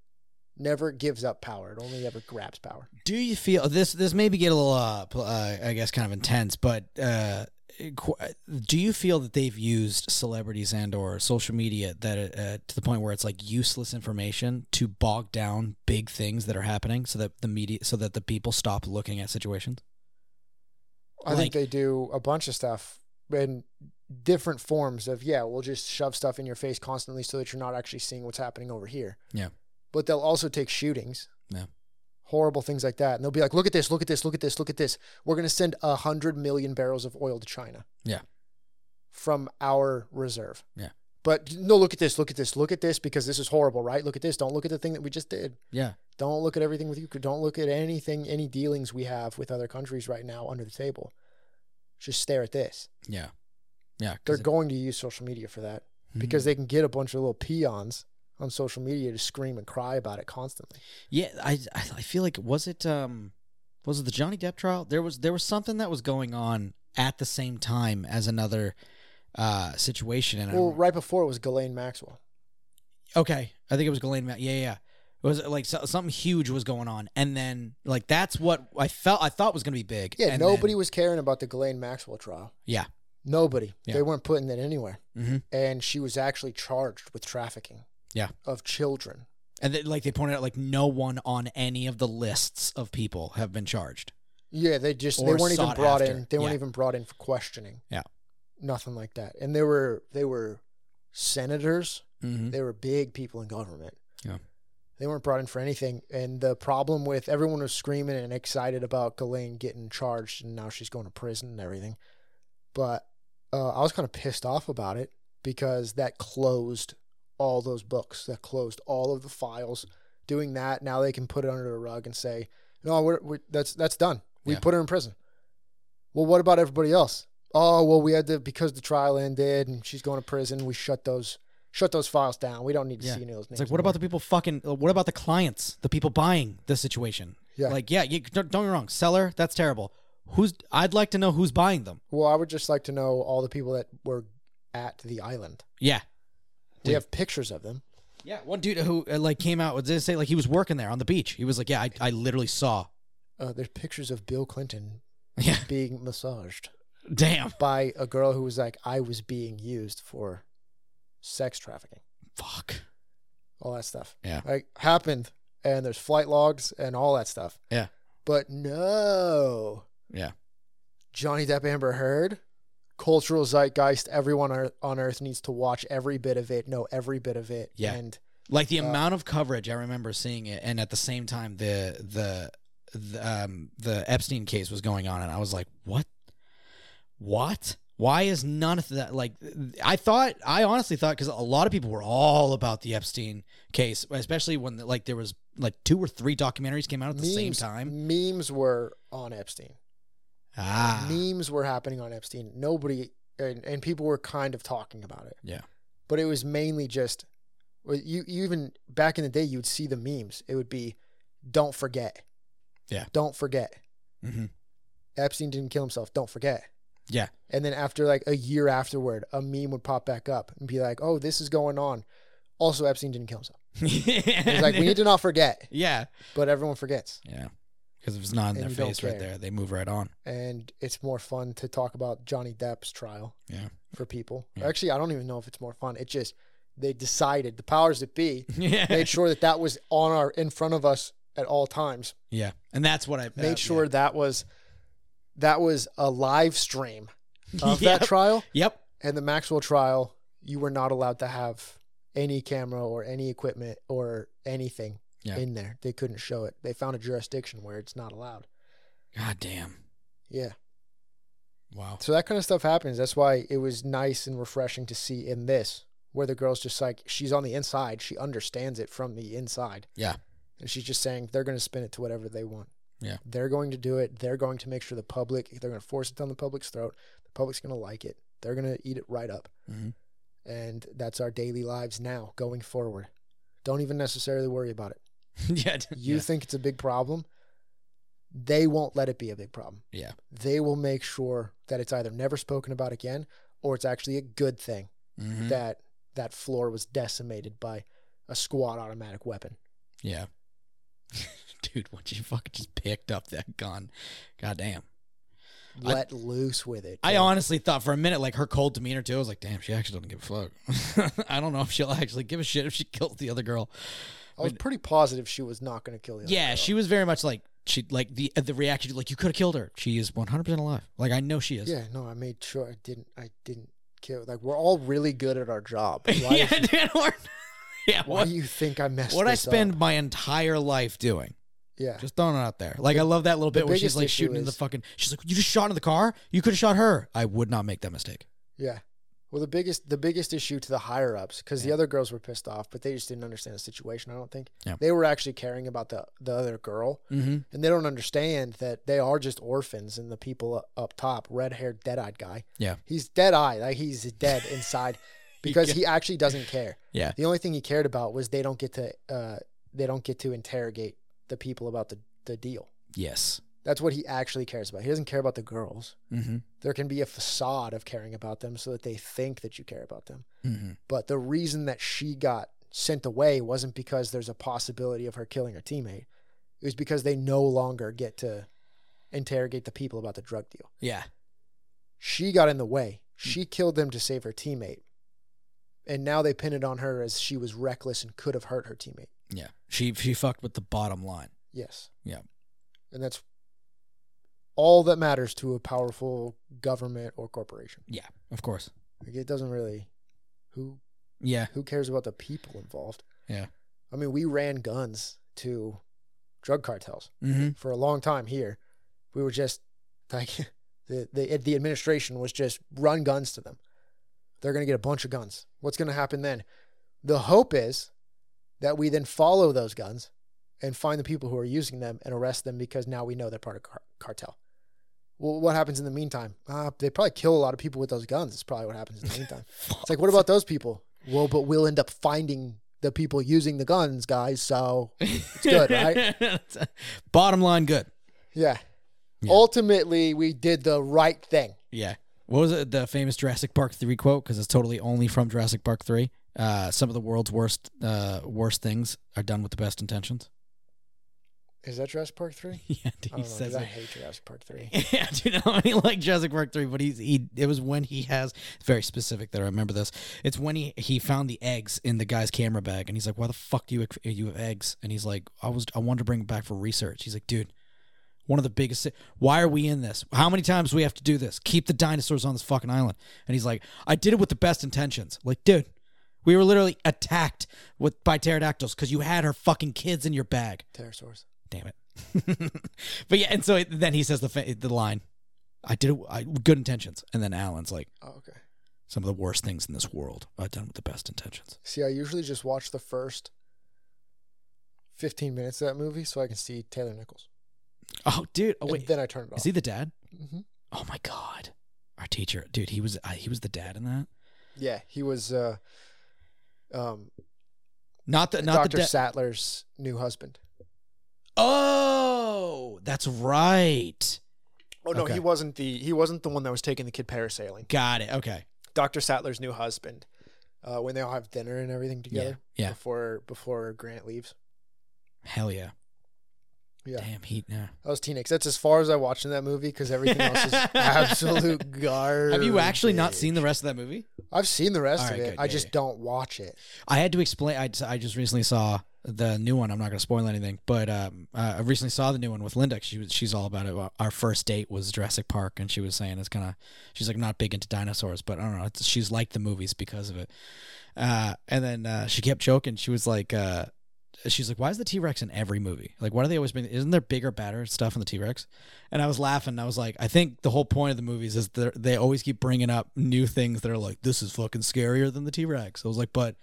never gives up power. It only ever grabs power.
Do you feel this? This maybe get a little, uh, pl- uh, I guess, kind of intense, but uh, qu- do you feel that they've used celebrities and or social media that uh, to the point where it's like useless information to bog down big things that are happening so that the media so that the people stop looking at situations
I
Like-
think they do a bunch of stuff in different forms of yeah, we'll just shove stuff in your face constantly so that you're not actually seeing what's happening over here.
Yeah.
But they'll also take shootings.
Yeah.
Horrible things like that. And they'll be like, look at this, look at this, look at this, look at this. We're gonna send a hundred million barrels of oil to China.
Yeah.
From our reserve.
Yeah.
But no, look at this, look at this, look at this, because this is horrible, right? Look at this. Don't look at the thing that we just did.
yeah
Don't look at everything with you. Don't look at anything, any dealings we have with other countries right now under the table. Just stare at this.
yeah yeah 'cause
They're
it-
going to use social media for that
Mhm.
because they can get a bunch of little peons on social media to scream and cry about it constantly.
Yeah, I I I feel like was it um was it the Johnny Depp trial? There was there was something that was going on at the same time as another uh situation and I
Well,
don't-
right before it was Ghislaine Maxwell.
okay, I think it was Ghislaine. Ma- yeah, yeah. yeah. It was like so, something huge was going on and then like that's what I felt I thought was going to be big.
Yeah,
and
nobody was caring about the Ghislaine Maxwell trial.
Yeah.
Nobody.
Yeah.
They weren't putting it anywhere.
hmm
And she was actually charged with trafficking.
Yeah.
Of children.
And then, like they pointed out like no one on any of the lists of people have been charged.
Yeah, they just they
Or
weren't even
sought
brought
after.
in. They weren't
Yeah.
even brought in for questioning.
Yeah.
nothing like that. And they were they were senators.
Mhm.
They were big people in government.
Yeah.
they weren't brought in for anything. And the problem with everyone was screaming and excited about Ghislaine getting charged, and now she's going to prison and everything. But uh, I was kind of pissed off about it because that closed all those books. That closed all of the files. Doing that now, they can put it under the rug and say, no, we're, we that's that's done. We
Yeah.
put her in prison. Well, what about everybody else? Oh, well, we had to because the trial ended and she's going to prison. We shut those shut those files down. We don't need to
Yeah.
see any of those
It's
names.
like, what about the people fucking? What about the clients, the people buying the situation?
Yeah.
Like, yeah, you, don't, don't get me wrong, seller, that's terrible. Who's? I'd like to know who's buying them.
anymore. Well, I would just like to know all the people that were at the island.
Yeah.
We have pictures of them.
Yeah. One dude who uh, like came out with this say like he was working there on the beach. He was like, yeah, I, I literally saw.
Uh, there's pictures of Bill Clinton
Yeah.
being massaged
Damn.
by a girl who was like, I was being used for sex trafficking.
Fuck.
all that stuff.
Yeah.
Like happened and there's flight logs and all that stuff.
Yeah.
But no.
Yeah.
Johnny Depp Amber Heard, cultural zeitgeist, everyone on ear- on earth needs to watch every bit of it, know every bit of it.
Yeah.
And
Like the
Uh,
amount of coverage, I remember seeing it, and at the same time, the the the, um, the Epstein case was going on, and I was like, what? What? Why is none of that like? I thought, I honestly thought, because a lot of people were all about the Epstein case, especially when like there was like two or three documentaries came out at the same time.
Memes were on Epstein.
Ah,
Memes were happening on Epstein. Nobody and, and people were kind of talking about it.
Yeah.
But it was mainly just well, you, you even back in the day you'd see the memes. It would be don't forget.
Yeah.
Don't forget.
hmm
Epstein didn't kill himself. Don't forget.
Yeah.
And then after like a year afterward, a meme would pop back up and be like, "Oh, this is going on." Also, Epstein didn't kill himself. It's like we need to not forget,
yeah,
but everyone forgets,
yeah, because if it's not
And
in their
you don't
face right
care.
there, they move right on.
and it's more fun to talk about Johnny Depp's trial.
Yeah.
For people,
Yeah.
actually, I don't even know if it's more fun. It just they decided the powers that be
Yeah,
made sure that that was on our in front of us at all times.
yeah, and that's what I
Made
uh,
sure that was that was a live stream
yeah.
of
yep.
that trial.
Yep.
and the Maxwell trial, you were not allowed to have any camera or any equipment or anything
Yeah.
in there. They couldn't show it. They found a jurisdiction where it's not allowed.
God damn.
Yeah.
Wow.
So that kind of stuff happens. That's why it was nice and refreshing to see in this where the girl's just like, she's on the inside. She understands it from the inside.
Yeah.
And she's just saying, they're going to spin it to whatever they want.
Yeah.
They're going to do it. They're going to make sure the public, they're going to force it down the public's throat. The public's going to like it. They're going to eat it right up.
Mhm.
And that's our daily lives now going forward. Don't even necessarily worry about it.
yeah. d-
You
yeah.
think it's a big problem, they won't let it be a big problem.
Yeah.
They will make sure that it's either never spoken about again or it's actually a good thing
Mhm.
that that floor was decimated by a squad automatic weapon.
yeah. Dude, once you fucking just picked up that gun, goddamn. I-
let loose with it.
I
dude.
honestly thought for a minute, like her cold demeanor too. I was like, damn, she actually doesn't give a fuck. I don't know if she'll actually give a shit if she kills the other girl.
I was pretty positive she was not going to kill the other
Yeah,
girl.
she was very much like she like the the reaction like you could have killed her. She is one hundred percent alive. Like I know she is.
Yeah, no, I made sure I didn't. I didn't kill. Like we're all really good at our job. Why,
yeah, dude, we're- yeah.
why
what
do you think I messed?
what I
this uh, up?
spend my entire life doing.
Yeah,
Just throwing it out there. Like I love that little bit where she's
biggest
like
issue
shooting in the
is-
fucking. She's like, you just shot in the car. You could have shot her. I would not make that mistake.
yeah. Well, the biggest the biggest issue to the higher ups because the
Yeah.
other girls were pissed off, but they just didn't understand the situation. I don't think
Yeah.
they were actually caring about the the other girl,
Mm-hmm.
and they don't understand that they are just orphans and the people u- up top, red haired, dead eyed guy.
Yeah.
he's dead eyed. Like he's dead inside because he actually doesn't care.
Yeah.
The only thing he cared about was they don't get to uh, they don't get to interrogate the people about the, the deal.
Yes.
That's what he actually cares about. He doesn't care about the girls.
Mm-hmm.
There can be a facade of caring about them so that they think that you care about them.
Mm-hmm.
But the reason that she got sent away wasn't because there's a possibility of her killing her teammate. It was because they no longer get to interrogate the people about the drug deal.
Yeah.
She got in the way. She killed them to save her teammate. And now they pin it on her as she was reckless and could have hurt her teammate.
Yeah. She she fucked with the bottom line.
Yes.
Yeah.
And that's all that matters to a powerful government or corporation.
Yeah. Of course.
Like it doesn't really who
Yeah.
who cares about the people involved.
Yeah.
I mean, we ran guns to drug cartels
Mm-hmm.
for a long time here. We were just like the the the administration was just run guns to them. They're going to get a bunch of guns. What's going to happen then? The hope is that we then follow those guns and find the people who are using them and arrest them because now we know they're part of car- cartel. Well, what happens in the meantime? Uh, they probably kill a lot of people with those guns. Is probably what happens in the meantime. It's like, what about those people? Well, but we'll end up finding the people using the guns, guys. So
It's
good, right?
bottom line, good.
yeah.
Yeah.
Ultimately, we did the right thing.
Yeah. What was it? The famous Jurassic Park three quote because it's totally only from Jurassic Park three. Uh, some of the world's worst uh, worst things are done with the best intentions.
Is that Jurassic Park three?
yeah, dude,
I don't
he
know. 'cause
says
I
it.
hate Jurassic Park three.
Yeah, do you know how many like Jurassic Park three? But he's he. It was when he has it's very specific that I remember this. It's when he he found the eggs in the guy's camera bag, and he's like, "Why the fuck do you you have eggs?" And he's like, "I was I wanted to bring them back for research." He's like, "Dude, one of the biggest. si- Why are we in this? How many times do we have to do this? Keep the dinosaurs on this fucking island." And he's like, "I did it with the best intentions." Like, dude, we were literally attacked with by pterodactyls because you had her fucking kids in your bag
Pterosaurs.
damn it. but yeah, and so it, then he says the fa- the line, "I did it I, with good intentions," and then Alan's like,
Oh, okay.
"Some of the worst things in this world are done with the best intentions."
See, I usually just watch the first fifteen minutes of that movie so I can see Taylor Nichols.
Oh, dude! Oh,
And
wait,
then I turn it off.
is he the dad?
Mhm.
Oh my god, our teacher, dude, he was uh, he was the dad in that.
Yeah, he was uh, um,
Not the not
Doctor
the dad.
Sattler's new husband.
oh, that's right.
Oh no,
Okay.
he wasn't the he wasn't the one that was taking the kid parasailing.
Got it. Okay.
Doctor Sattler's new husband. Uh, when they all have dinner and everything together
Yeah.
before before Grant leaves.
Hell yeah.
Yeah.
Damn heat. Yeah.
I was teenage. That's as far as I watched in that movie because everything else is absolute garbage.
Have you actually not seen the rest of that movie?
I've seen the rest
All
of
right,
it.
good.
I
Yeah,
just
yeah.
don't watch it.
I had to explain. I, I just recently saw the new one. I'm not going to spoil anything, but um, uh, I recently saw the new one with Linda. She was, she's all about it. Our first date was Jurassic Park, and she was saying it's kind of she's like not big into dinosaurs, but I don't know. It's, she's liked the movies because of it. Uh, and then uh, she kept joking. She was like, uh, she's like, why is the T Rex in every movie? Like, why do they always bring? Isn't there bigger, badder stuff in the T Rex? And I was laughing. and I was like, I think the whole point of the movies is they're- they always keep bringing up new things that are like, this is fucking scarier than the T Rex. I was like, but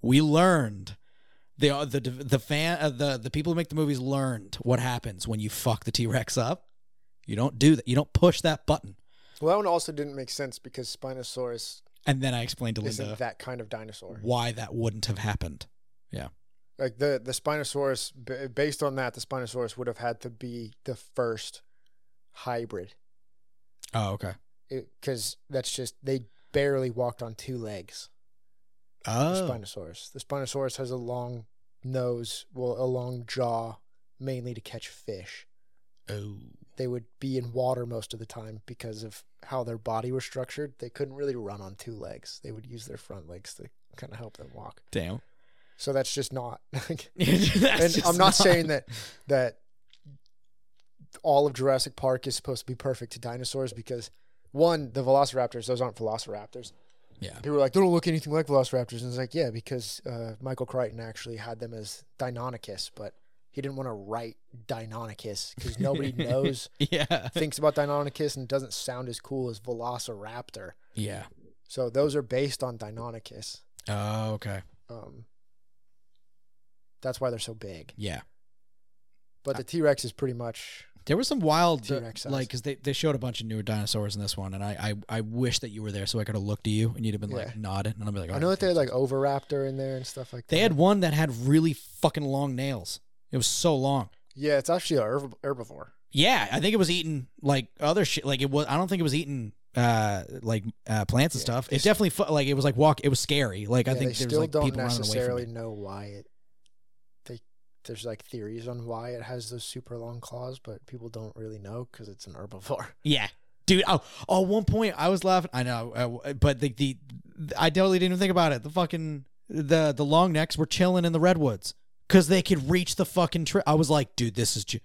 we learned the the the fan uh, the the people who make the movies learned what happens when you fuck the T Rex up. You don't do that. You don't push that button.
Well, that one also didn't make sense because Spinosaurus
And then I explained to Linda
isn't that kind of dinosaur.
why that wouldn't have happened.
Like the the Spinosaurus, b- based on that, the Spinosaurus would have had to be the first hybrid
Oh, okay.
because that's just they barely walked on two legs. The
Oh,
Spinosaurus. The Spinosaurus has a long nose, well, a long jaw, mainly to catch fish.
oh,
they would be in water most of the time because of how their body was structured. They couldn't really run on two legs. They would use their front legs to kind of help them walk.
Damn.
So that's just not. like, and
That's
I'm
just
not, saying that that all of Jurassic Park is supposed to be perfect to dinosaurs because one, the Velociraptors, those aren't Velociraptors.
Yeah.
People are like, they don't look anything like Velociraptors, and it's like, yeah, because uh, Michael Crichton actually had them as Deinonychus, but he didn't want to write Deinonychus because nobody knows,
Yeah.
thinks about Deinonychus, and it doesn't sound as cool as Velociraptor.
Yeah.
So those are based on Deinonychus.
Oh, okay.
Um, that's why they're so big.
Yeah.
But the T Rex is pretty much
There was some wild, uh,
T-Rex size.
like, because they, they showed a bunch of newer dinosaurs in this one, and I I, I wish that you were there so I could have looked at you and you'd have been
Yeah.
like nodding, and I'd be like, "Oh,
I
"Alright,
know that they had
thanks."
like Overraptor in there and stuff like
They
that.
had one that had really fucking long nails. It was so long.
Yeah, it's actually a herb- herbivore.
Yeah, I think it was eating like other shit. Like it was. I don't think it was eating uh like uh plants and
Yeah,
stuff.
they
It
s-
definitely fu- like it was like walk. It was scary. Like I
Yeah,
think
they
there's
still
like
don't
people running away from
necessarily
it.
know why it. They there's like theories on why it has those super long claws, but people don't really know because it's an herbivore.
Yeah, dude. Oh, oh, one point I was laughing. I know, uh, but the, the I totally didn't even think about it. The fucking the the long necks were chilling in the redwoods because they could reach the fucking tree. I was like, dude, this is ju-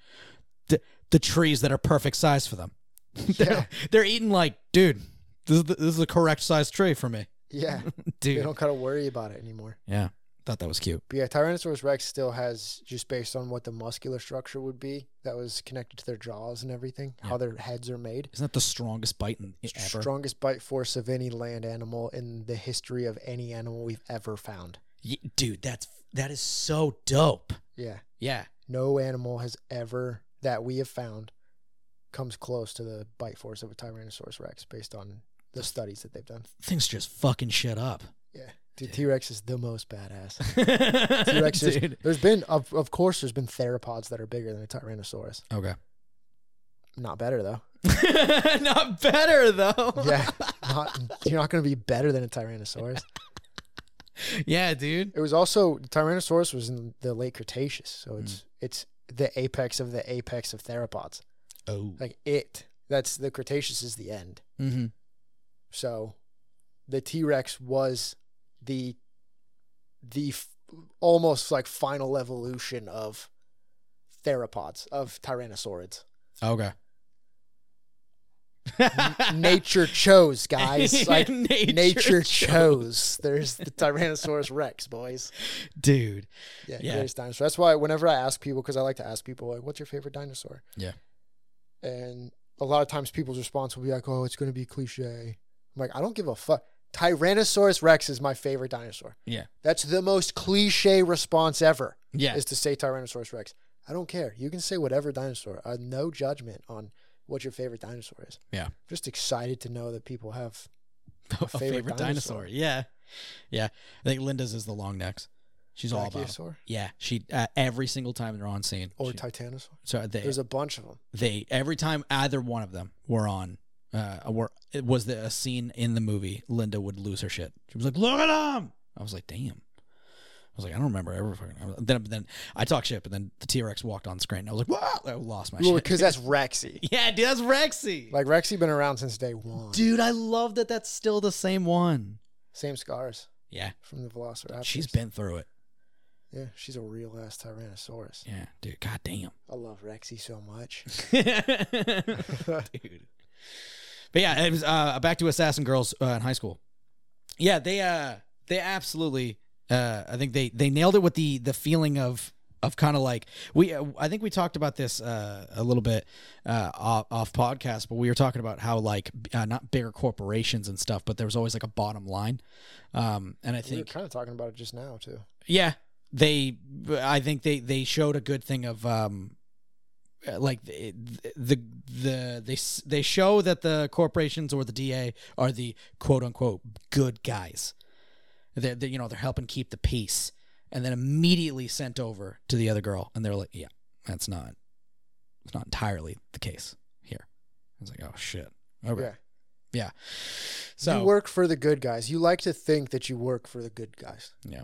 the the trees that are perfect size for them.
Yeah.
they're, they're eating like, dude, this is the, this is the correct size tree for me,
Yeah, they
dude.
don't gotta worry about it anymore.
Yeah, thought that was cute.
But yeah, Tyrannosaurus Rex still has just based on what the muscular structure would be that was connected to their jaws and everything, how their heads are made.
Isn't that the strongest bite in, e-, ever?
Strongest bite force of any land animal in the history of any animal we've ever found.
Ye- dude, that's that is so dope.
Yeah.
Yeah,
No animal has ever that we have found comes close to the bite force of a Tyrannosaurus Rex based on the studies that they've done.
things just fucking shit up.
Yeah. Dude, T Rex is the most badass. T Rex
T-Rex
is there's been of of course there's been theropods that are bigger than a Tyrannosaurus.
Okay.
Not better though.
Not better though.
Yeah. not, you're not gonna be better than a Tyrannosaurus.
Yeah, dude.
It was also Tyrannosaurus was in the late Cretaceous, so it's it's the apex of the apex of theropods.
Oh.
Like it. That's the Cretaceous is the end.
Mm-hmm.
So the T Rex was the the f- almost like final evolution of theropods of tyrannosaurids.
Okay.
Nature chose, guys. Like
nature,
nature chose. There's the Tyrannosaurus Rex, boys.
dude.
Yeah,
Yeah.
greatest dinosaur. That's why whenever I ask people, because I like to ask people, like, "What's your favorite dinosaur?"
Yeah.
And a lot of times, people's response will be like, "Oh, it's going to be cliche." I'm like, I don't give a fuck. Tyrannosaurus Rex is my favorite dinosaur.
Yeah.
That's the most cliche response ever.
Yeah.
Is to say Tyrannosaurus Rex. I don't care. You can say whatever dinosaur. I have no judgment on what your favorite dinosaur is.
Yeah.
Just excited to know that people have.
a favorite, dinosaur. Yeah. Yeah. I think Linda's is the long necks. She's all about. it.
Brachiosaur
Yeah. She uh, every single time they're on scene.
or
she,
Titanosaur.
so they,
There's a bunch of them.
they every time either one of them were on uh were it was the, a scene in the movie linda would lose her shit she was like look at him i was like damn i was like i don't remember ever fucking I was- then then i talk shit but then the t-rex walked on screen and i was like wow i lost my
Well,
shit
because that's Rexy.
yeah dude that's rexy
Like Rexy been around since day one.
dude i love that that's still the same one
Same scars
yeah
from the Velociraptor.
she's been through it
yeah, she's a real ass Tyrannosaurus.
yeah dude god damn
I love Rexy so much.
dude. But yeah, it was uh, back to Assassin Girls uh, in high school. Yeah, they uh they absolutely uh I think they they nailed it with the the feeling of of kind of like we uh, I think we talked about this uh a little bit uh off, off podcast, but we were talking about how like b- uh, not bigger corporations and stuff, but there was always like a bottom line. Um and I
we were
think
kind of talking about it just now too.
yeah, they. I think they they showed a good thing of um, uh, like the the, the they s- they show that the corporations or the DA are the quote unquote good guys. They're, they you know they're helping keep the peace, and then immediately sent over to the other girl, and they're like, yeah, that's not, it's not entirely the case here. I was like, oh shit, okay, yeah.
Yeah.
So
you work for the good guys. You like to think that you work for the good guys.
Yeah.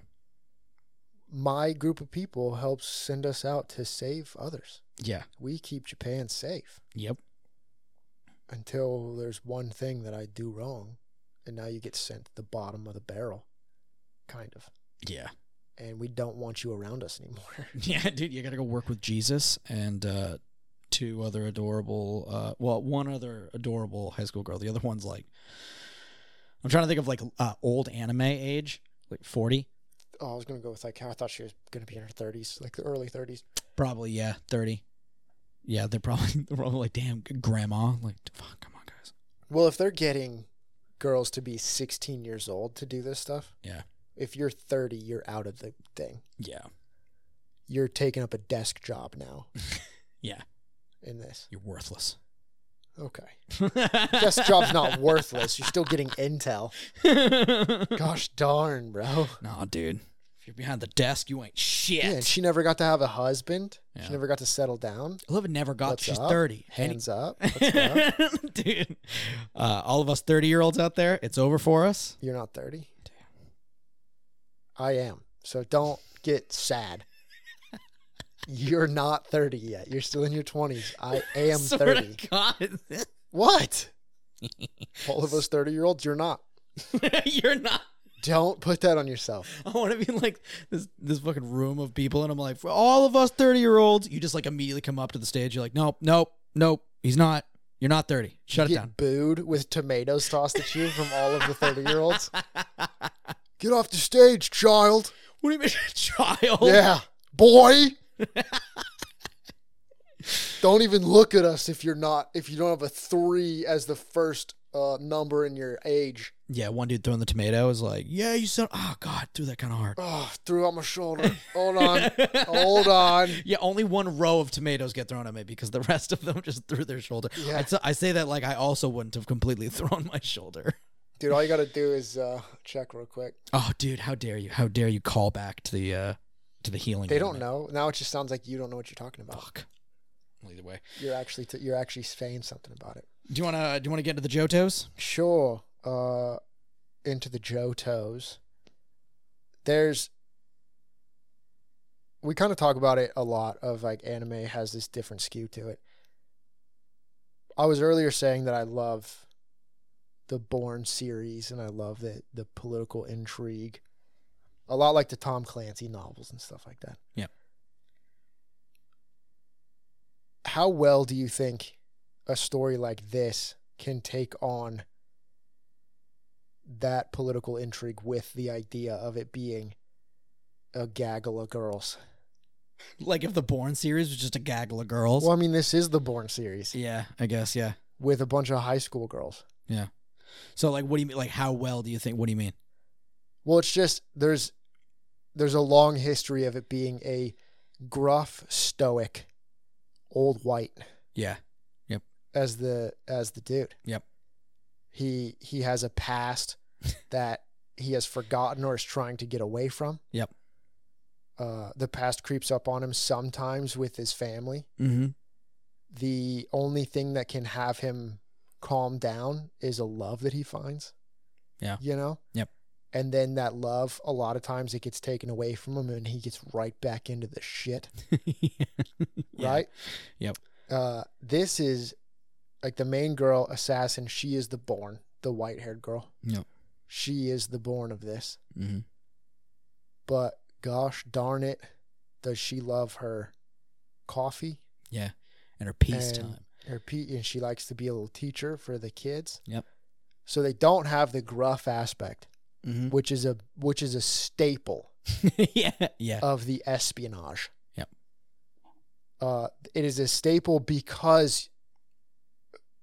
my group of people helps send us out to save others.
Yeah.
We keep Japan safe
Yep.
until there's one thing that I do wrong, and now you get sent to the bottom of the barrel, kind of.
Yeah.
And we don't want you around us anymore.
Yeah, dude, you got to go work with Jesus and uh, two other adorable. Uh, well, one other adorable high school girl. The other one's like, I'm trying to think of like uh, old anime age, like 40,
oh, I was gonna go with like how I thought she was gonna be in her thirties, like the early thirties.
probably. Yeah, 30. Yeah, they're probably they're probably like, damn, grandma. Like, fuck, come on, guys.
Well, if they're getting girls to be sixteen years old to do this stuff,
Yeah.
If you're thirty, you're out of the thing.
Yeah,
You're taking up a desk job now
yeah,
in this.
you're worthless.
Okay. Desk job's not worthless. You're still getting intel. Gosh darn, bro.
Nah, dude, if you're behind the desk, you ain't shit.
Yeah, and she never got to have a husband.
Yeah.
She never got to settle down.
Olivia never got.
What's
she's
up?
30. Any-
Hands up. What's up?
Dude, uh, all of us 30 year olds out there, it's over for us.
You're not 30. I am. So don't get sad. You're not 30 yet. You're still in your 20s. I am
Swear
30.
to God.
What? All of us 30 year olds, you're not.
You're not.
Don't put that on yourself.
I want to be in, like this this fucking room of people, and I'm like, for all of us 30 year olds, you just like immediately come up to the stage. You're like, nope, nope, nope. He's not. You're not 30. Shut
get
it down.
booed with tomatoes tossed at you from all of the 30 year olds. Get off the stage, child.
What do you mean, child?
Yeah. Boy. don't even look at us if you're not if you don't have a three as the first uh, number in your age.
Yeah, one dude throwing the tomato is like, yeah, you said, oh, God, threw that kind of hard.
Oh, threw out my shoulder. Hold on. Hold on.
Yeah, only one row of tomatoes get thrown at me because the rest of them just threw their shoulder.
Yeah.
I, t- I say that like I also wouldn't have completely thrown my shoulder.
Dude, all you gotta do is uh, check real quick.
Oh, dude, how dare you? How dare you call back to the uh to the healing?
They don't
element.
know. Now it just sounds like you don't know what you're talking about.
Fuck. Well, either way,
You're actually t- you're actually saying something about it.
do you wanna do you wanna get into the Johtos?
Sure. Uh, into the Joe toes. There's. We kind of talk about it a lot. Of like anime has this different skew to it. I was earlier saying that I love the Bourne series and I love the the political intrigue, a lot like the Tom Clancy novels and stuff like that.
Yep.
How well do you think a story like this can take on that political intrigue with the idea of it being a gaggle of girls.
Like if the Born series was just a gaggle of girls.
Well, I mean, this is the Born series
Yeah, I guess. Yeah.
with a bunch of high school girls.
So like, what do you mean? Like, how well do you think? What do you mean?
Well, it's just there's there's a long history of it being a gruff, stoic, old white
Yeah.
as the as the dude.
Yep.
He he has a past that he has forgotten or is trying to get away from.
Yep.
Uh, the past creeps up on him sometimes with his family.
Mm-hmm.
The only thing that can have him calm down is a love that he finds.
Yeah.
You know?
Yep.
And then that love, a lot of times it gets taken away from him and he gets right back into the shit right?
Yep.
Uh, this is like the main girl, assassin. She is the born, the white haired girl.
Yep.
She is the born of this.
Mm-hmm.
But gosh darn it, does she love her coffee?
Yeah. And her peace
And-
time.
Her Pete, and she likes to be a little teacher for the kids.
Yep.
So they don't have the gruff aspect,
Mm-hmm.
which is a which is a staple
yeah. Yeah.
of the espionage.
Yep.
Uh, it is a staple because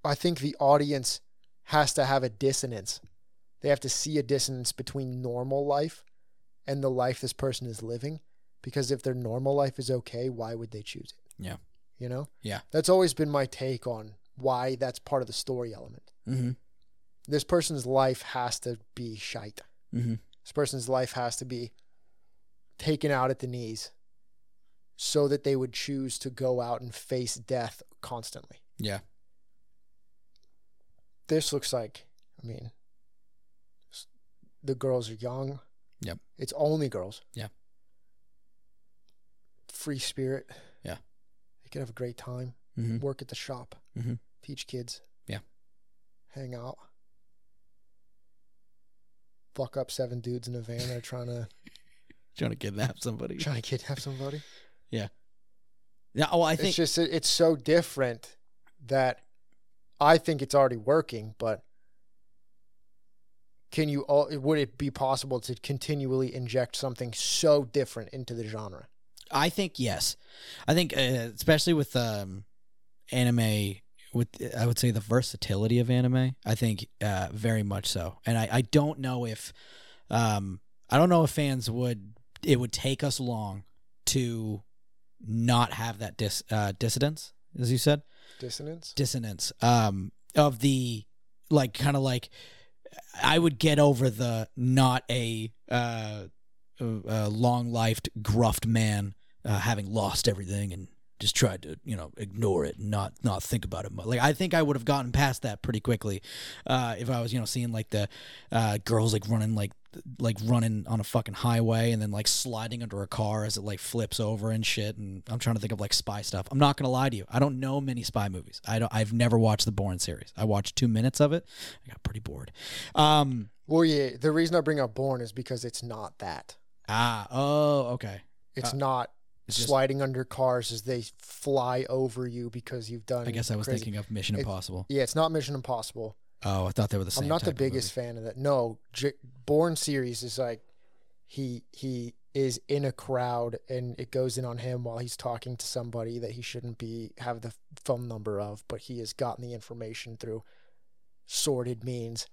I think the audience has to have a dissonance. They have to see a dissonance between normal life and the life this person is living. Because if their normal life is okay, why would they choose it?
Yeah.
You know?
Yeah.
That's always been my take on why that's part of the story element.
Mm-hmm.
This person's life has to be shite
Mm-hmm.
this person's life has to be taken out at the knees so that they would choose to go out and face death constantly.
Yeah.
This looks like, I mean, s- the girls are young.
Yep.
It's only girls.
Yeah.
free spirit.
Yeah.
They could have a great time.
Mhm.
Work at the shop.
Mhm.
Teach kids.
Yeah.
Hang out. Fuck up seven dudes in a van that are trying to
Trying to kidnap somebody.
trying to kidnap somebody.
Yeah. Oh, I
it's
think.
just it's so different that I think it's already working, but can you all would it be possible to continually inject something so different into the genre?
I think yes. I think uh, especially with um, anime. With I would say the versatility of anime. I think uh, very much so. And I, I don't know if um, I don't know if fans would it would take us long to not have that dis uh, dissidence as you said
Dissonance?
dissonance um of the like kind of like i would get over the not a uh, uh long-lived gruffed man uh, having lost everything and just tried to you know ignore it and not not think about it much. like i think i would have gotten past that pretty quickly uh if i was you know seeing like the uh girls like running like like running on a fucking highway and then like sliding under a car as it like flips over and shit. And I'm trying to think of like spy stuff. I'm not gonna lie to you. I don't know many spy movies. I don't. I've never watched the Bourne series. I watched two minutes of it. I got pretty bored. Um.
Well, yeah. The reason I bring up Born is because it's not that.
Ah. Oh. Okay.
Uh, It's not
It's just-
sliding under cars as they fly over you because you've done.
I guess I was
crazy-
thinking of Mission
It-
Impossible.
Yeah, it's not Mission Impossible.
Oh, I thought they were the same.
I'm not the
type of movie.
biggest fan of that. No, J- Born series is like he he is in a crowd and it goes in on him while he's talking to somebody that he shouldn't be have the phone number of, but he has gotten the information through sordid means.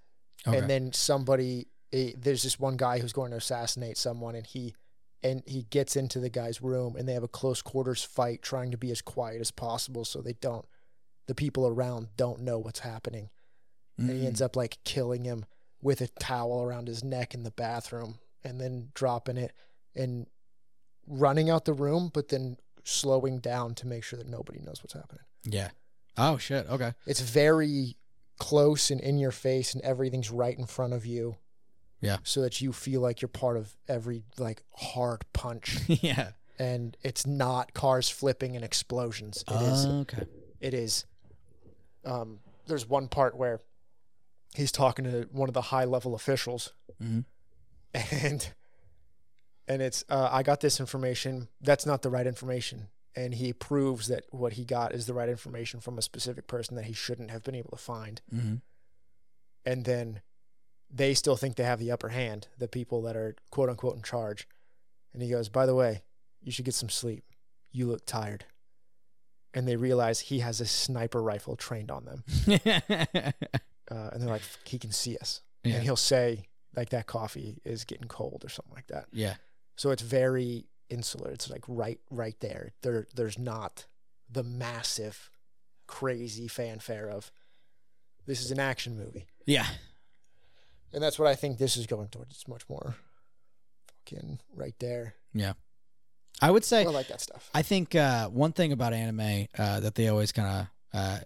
Okay.
And then somebody eh, there's this one guy who's going to assassinate someone and he and he gets into the guy's room and they have a close quarters fight trying to be as quiet as possible so they don't the people around don't know what's happening and he
Mm.
ends up like killing him with a towel around his neck in the bathroom and then dropping it and running out the room but then slowing down to make sure that nobody knows what's happening
yeah. Oh shit. Okay.
it's very close and in your face and everything's right in front of you
Yeah.
so that you feel like you're part of every like hard punch
yeah.
and it's not cars flipping and explosions It is
okay.
it is um, there's one part where he's talking to one of the high level officials
Mhm.
and and it's uh, i got this information that's not the right information and he proves that what he got is the right information from a specific person that he shouldn't have been able to find
Mm-hmm.
and then they still think they have the upper hand the people that are quote unquote in charge and he goes by the way you should get some sleep you look tired and they realize he has a sniper rifle trained on them uh, and they're like he can see us
Yeah.
and he'll say like that coffee is getting cold or something like that
yeah.
so it's very insular it's like right right there there there's not the massive crazy fanfare of this is an action movie
Yeah.
and that's what I think this is going towards. It's much more fucking right there.
I would say
I like that stuff.
I think uh, one thing about anime uh, that they always kind of uh,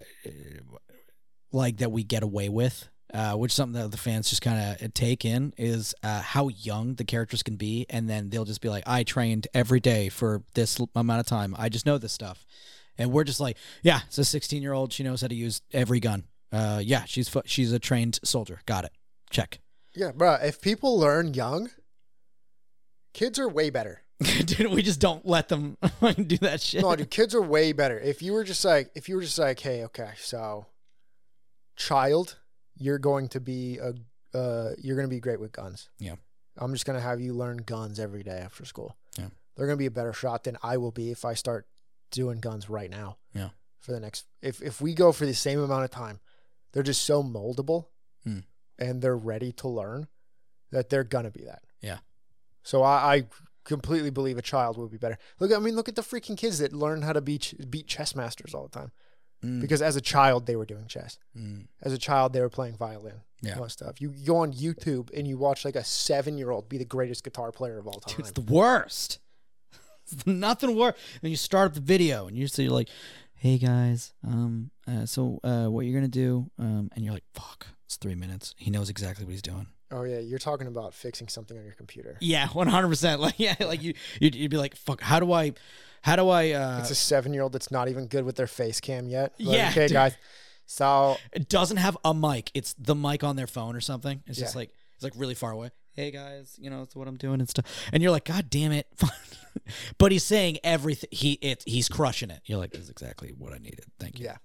like that we get away with, uh, which is something that the fans just kind of take in, is uh, how young the characters can be, and then they'll just be like, "I trained every day for this l- amount of time. I just know this stuff," and we're just like, "Yeah, it's a 16 year old. She knows how to use every gun. Uh, yeah, she's fu- she's a trained soldier. Got it. Check."
Yeah, bro. If people learn young, kids are way better.
Dude, we just don't let them do that shit.
No, dude, kids are way better. If you were just like, if you were just like, hey, okay, so, child, you're going to be a, uh, you're going to be great with guns.
Yeah.
I'm just going to have you learn guns every day after school.
Yeah.
They're going to be a better shot than I will be if I start doing guns right now.
Yeah.
For the next, if if we go for the same amount of time, they're just so moldable,
Hmm.
and they're ready to learn, that they're gonna be that.
Yeah.
So I, I completely believe a child would be better. Look, I mean, look at the freaking kids that learn how to beat beat chess masters all the time
Mm,
because as a child they were doing chess.
mm.
As a child they were playing violin.
Yeah.
all that stuff. You go on YouTube and you watch like a seven year old be the greatest guitar player of all time.
Dude, it's the worst. It's Nothing worse. And you start up the video, and you say you're like, "Hey guys, um, uh, so uh, what you're gonna do?" Um, and you're like, "Fuck, it's three minutes. He knows exactly what he's doing."
oh yeah, you're talking about fixing something on your computer.
Yeah, one hundred percent. Like, yeah, like you, you'd, you'd be like, "Fuck, how do I?" How do I? Uh,
It's a seven year old that's not even good with their face cam yet. Like,
Yeah.
Okay, guys. So
it doesn't have a mic. It's the mic on their phone or something. It's just
Yeah.
like it's like really far away. Hey guys, you know, it's what I'm doing and stuff. And you're like, God damn it! but he's saying everything. He it he's crushing it. You're like, this is exactly what I needed. Thank you.
Yeah.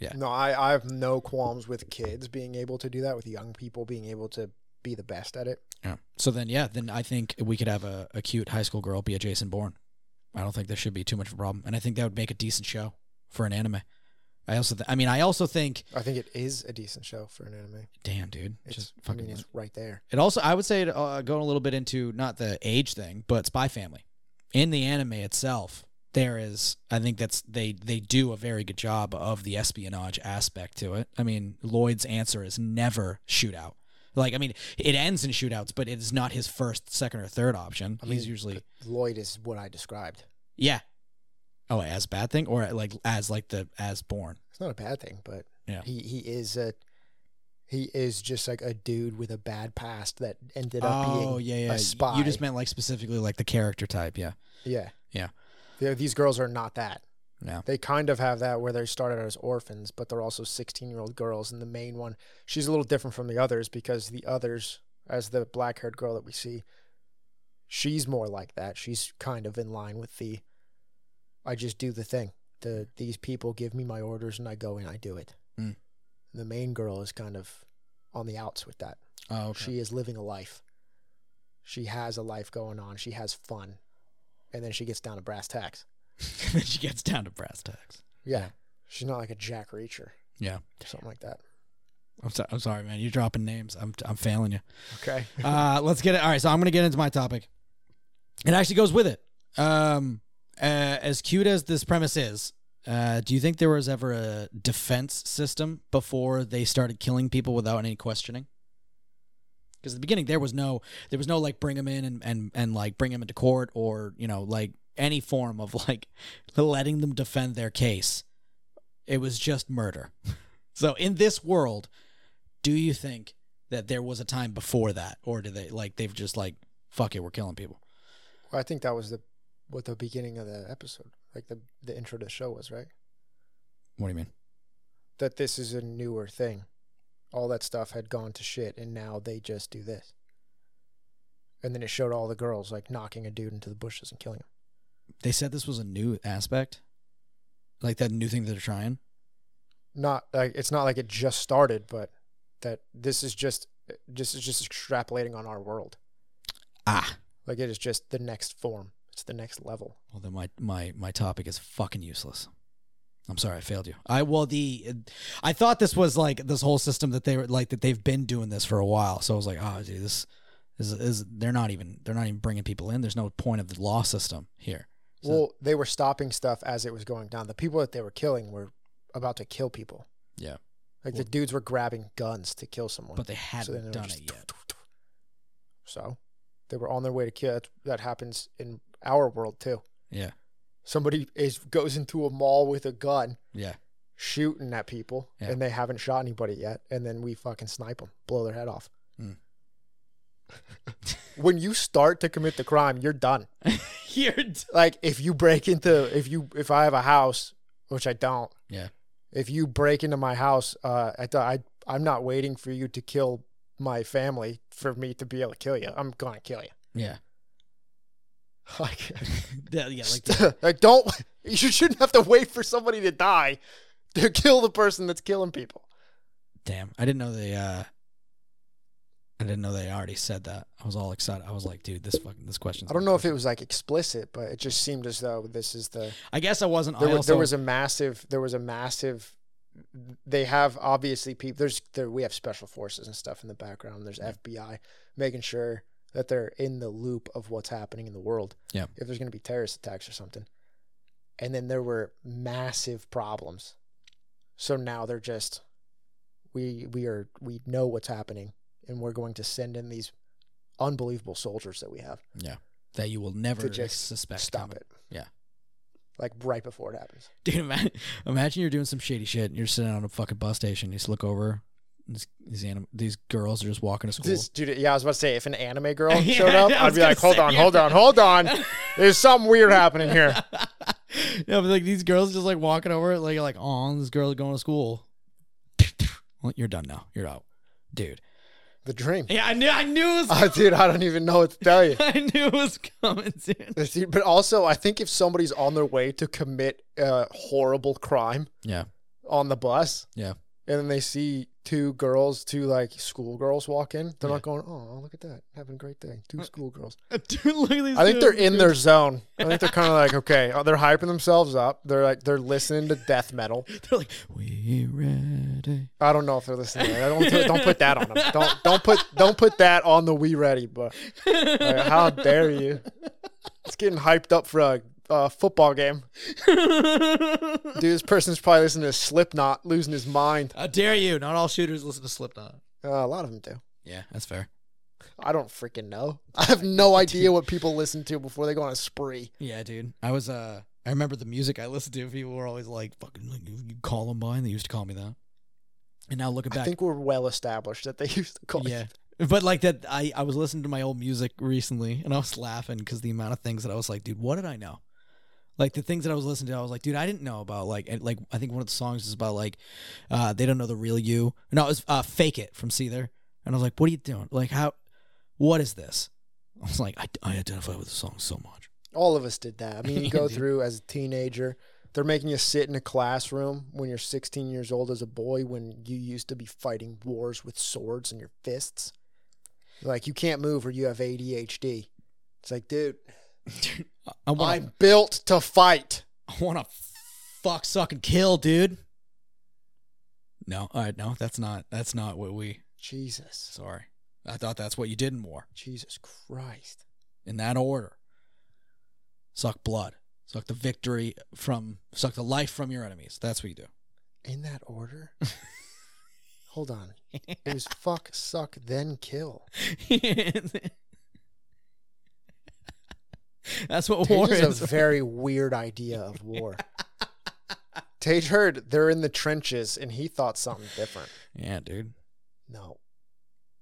Yeah.
No, I, I have no qualms with kids being able to do that, with young people being able to be the best at it.
Yeah. So then, yeah, then I think we could have a, a cute high school girl be a Jason Bourne. I don't think there should be too much of a problem, and I think that would make a decent show for an anime. I also, th- I mean, I also think,
I think it is a decent show for an anime.
damn, dude,
It's,
just
I
fucking.
mean, it's right there.
It also, I would say, it, uh, going a little bit into not the age thing, but Spy Family. In the anime itself, there is, I think that's they they do a very good job of the espionage aspect to it. I mean, Lloyd's answer is never shootout. Like, I mean, it ends in shootouts, but it is not his first, second, or third option.
I
He's
mean,
usually
Lloyd is what I described.
yeah. Oh, as a bad thing, or like as like the as born.
It's not a bad thing, but
Yeah.
he, he is a he is just like a dude with a bad past that ended up being
Oh, yeah,
a spy.
You just meant like specifically like the character type, yeah.
yeah
Yeah.
They're- these girls are not that.
No.
They kind of have that where they started out as orphans, but they're also 16 year old girls. And the main one, she's a little different from the others because the others, as the black haired girl that we see, she's more like that. She's kind of in line with the I just do the thing. The These people give me my orders and I go and I do it.
Mm.
The main girl is kind of on the outs with that.
Oh, okay.
She is living a life. She has a life going on. She has fun. And then she gets down to brass tacks.
then she gets down to brass tacks.
Yeah. She's not like a Jack Reacher
Yeah.
or something like that.
I'm, so- I'm sorry, man. You're dropping names. I'm, I'm failing you.
Okay.
Uh, let's get it. All right. So I'm going to get into my topic. It actually goes with it. Um, uh, as cute as this premise is, uh, do you think there was ever a defense system before they started killing people without any questioning? Because at the beginning there was no, there was no like bring him in and, and and like bring him into court or you know like any form of like letting them defend their case. It was just murder. so in this world, do you think that there was a time before that, or do they like they've just like fuck it, we're killing people?
Well, I think that was the what the beginning of the episode, like the the intro to the show was, right?
What do you mean?
That this is a newer thing. All that stuff had gone to shit, and now they just do this. And then it showed all the girls like knocking a dude into the bushes and killing him.
They said this was a new aspect, like that new thing that they're trying.
Not like it's not like it just started, but that this is just this is just extrapolating on our world.
Ah,
Like it is just the next form. It's the next level.
well then my my my topic is fucking useless. I'm sorry, I failed you. I well the I thought this was like this whole system that they were like that they've been doing this for a while. So I was like, oh dude, this is is they're not even they're not even bringing people in. There's no point of the law system here. So-
Well, they were stopping stuff as it was going down. The people that they were killing were about to kill people.
Yeah.
Like the
Well-
dudes were grabbing guns to kill someone.
but they
So then
hadn't
they were
done
just-
it yet.
so they were on their way to kill. That, that happens in our world too.
Yeah,
Somebody is goes into a mall with a gun
yeah.
shooting at people
Yeah.
and they haven't shot anybody yet and then we fucking snipe them, blow their head off.
Mm.
when you start to commit the crime, you're done.
You're
like if you break into if you if I have a house, which I don't.
Yeah.
If you break into my house, uh, I th- I I'm not waiting for you to kill my family for me to be able to kill you. I'm gonna kill you.
yeah.
Like,
yeah, yeah, like the-
like, don't you shouldn't have to wait for somebody to die to kill the person that's killing people.
damn, I didn't know they. uh I didn't know they already said that. I was all excited. I was like, dude, this fucking this question.
I don't know if it was like explicit, but it just seemed as though this is the
I guess I wasn't.
there,
I
wa-
also,
there was a massive there was a massive they have obviously people there's there we have special forces and stuff in the background there's fbi making sure that they're in the loop of what's happening in the world
Yeah.
if there's going to be terrorist attacks or something and then there were massive problems so now they're just we we are we know what's happening and we're going to send in these unbelievable soldiers that we have
that you will never
to just
suspect.
stop
coming.
it
Yeah.
like right before it happens
dude. Imagine, imagine you're doing some shady shit. And you're sitting on a fucking bus station. You just look over. and These these, anim- these girls are just walking to school.
This, dude, yeah, I was about to say, if an anime girl
Yeah,
showed up,
I
I'd
was
be like,
gonna
hold
say,
on,
yeah.
hold on, hold on. There's something weird happening here.
No, but like these girls just like walking over, like like, oh, this girl's going to school. well, you're done now. You're out, dude.
The dream.
Yeah, I knew. I knew it was.
Uh, dude, I don't even know what to tell you.
I knew it was coming soon.
Dude, But also, I think if somebody's on their way to commit a horrible crime
Yeah,
on the bus,
Yeah.
and then they see two girls, two like schoolgirls walk in, they're
Yeah. Mm.
not going, "Oh, look at that, having a great day." Two schoolgirls.
dude, look at these.
I think
two.
they're in their zone. I think they're kind of like, okay, oh, they're hyping themselves up. They're like, they're listening to death metal.
They're like, we're ready.
I don't know if they're listening. To that. Don't don't put that on them. Don't don't put don't put that on the We Ready. But like, how dare you? It's getting hyped up for a, a football game. Dude, this person's probably listening to Slipknot, losing his mind.
How dare you? Not all shooters listen to Slipknot.
Uh, a lot of them do.
Yeah, that's fair.
I don't freaking know. I have no idea what people listen to before they go on a spree.
Yeah, dude. I was uh I remember the music I listened to, people were always like fucking like you Columbine, they used to call me that. And now looking
I
back
think we're well established that they used to call
Yeah. But like that I, I was listening to my old music recently and I was laughing because the amount of things that I was like, dude, what did I know? Like the things that I was listening to, I was like, dude, I didn't know about like and like I think one of the songs is about like uh they don't know the real you. No, it was uh Fake It from Seether. And I was like, what are you doing? Like how what is this? I was like, I, I identify with the song so much.
All of us did that. I mean, you go
Dude.
through as a teenager. They're making you sit in a classroom when you're 16 years old as a boy when you used to be fighting wars with swords and your fists. Like, you can't move or you have ADHD. It's like, dude,
I- I want
I'm built to fight.
I want to fuck, suck, and kill, dude. No, all right, no, that's not that's not what we.
Jesus.
Sorry, I thought that's what you did in war,
Jesus Christ.
in that order. Suck blood, suck the victory from, suck the life from your enemies. That's what you do.
In that order? Hold on. It was fuck, suck, then kill.
that's what war
Tage
is.
is a very weird idea of war. Tage heard they're in the trenches and he thought something different.
yeah, dude.
No,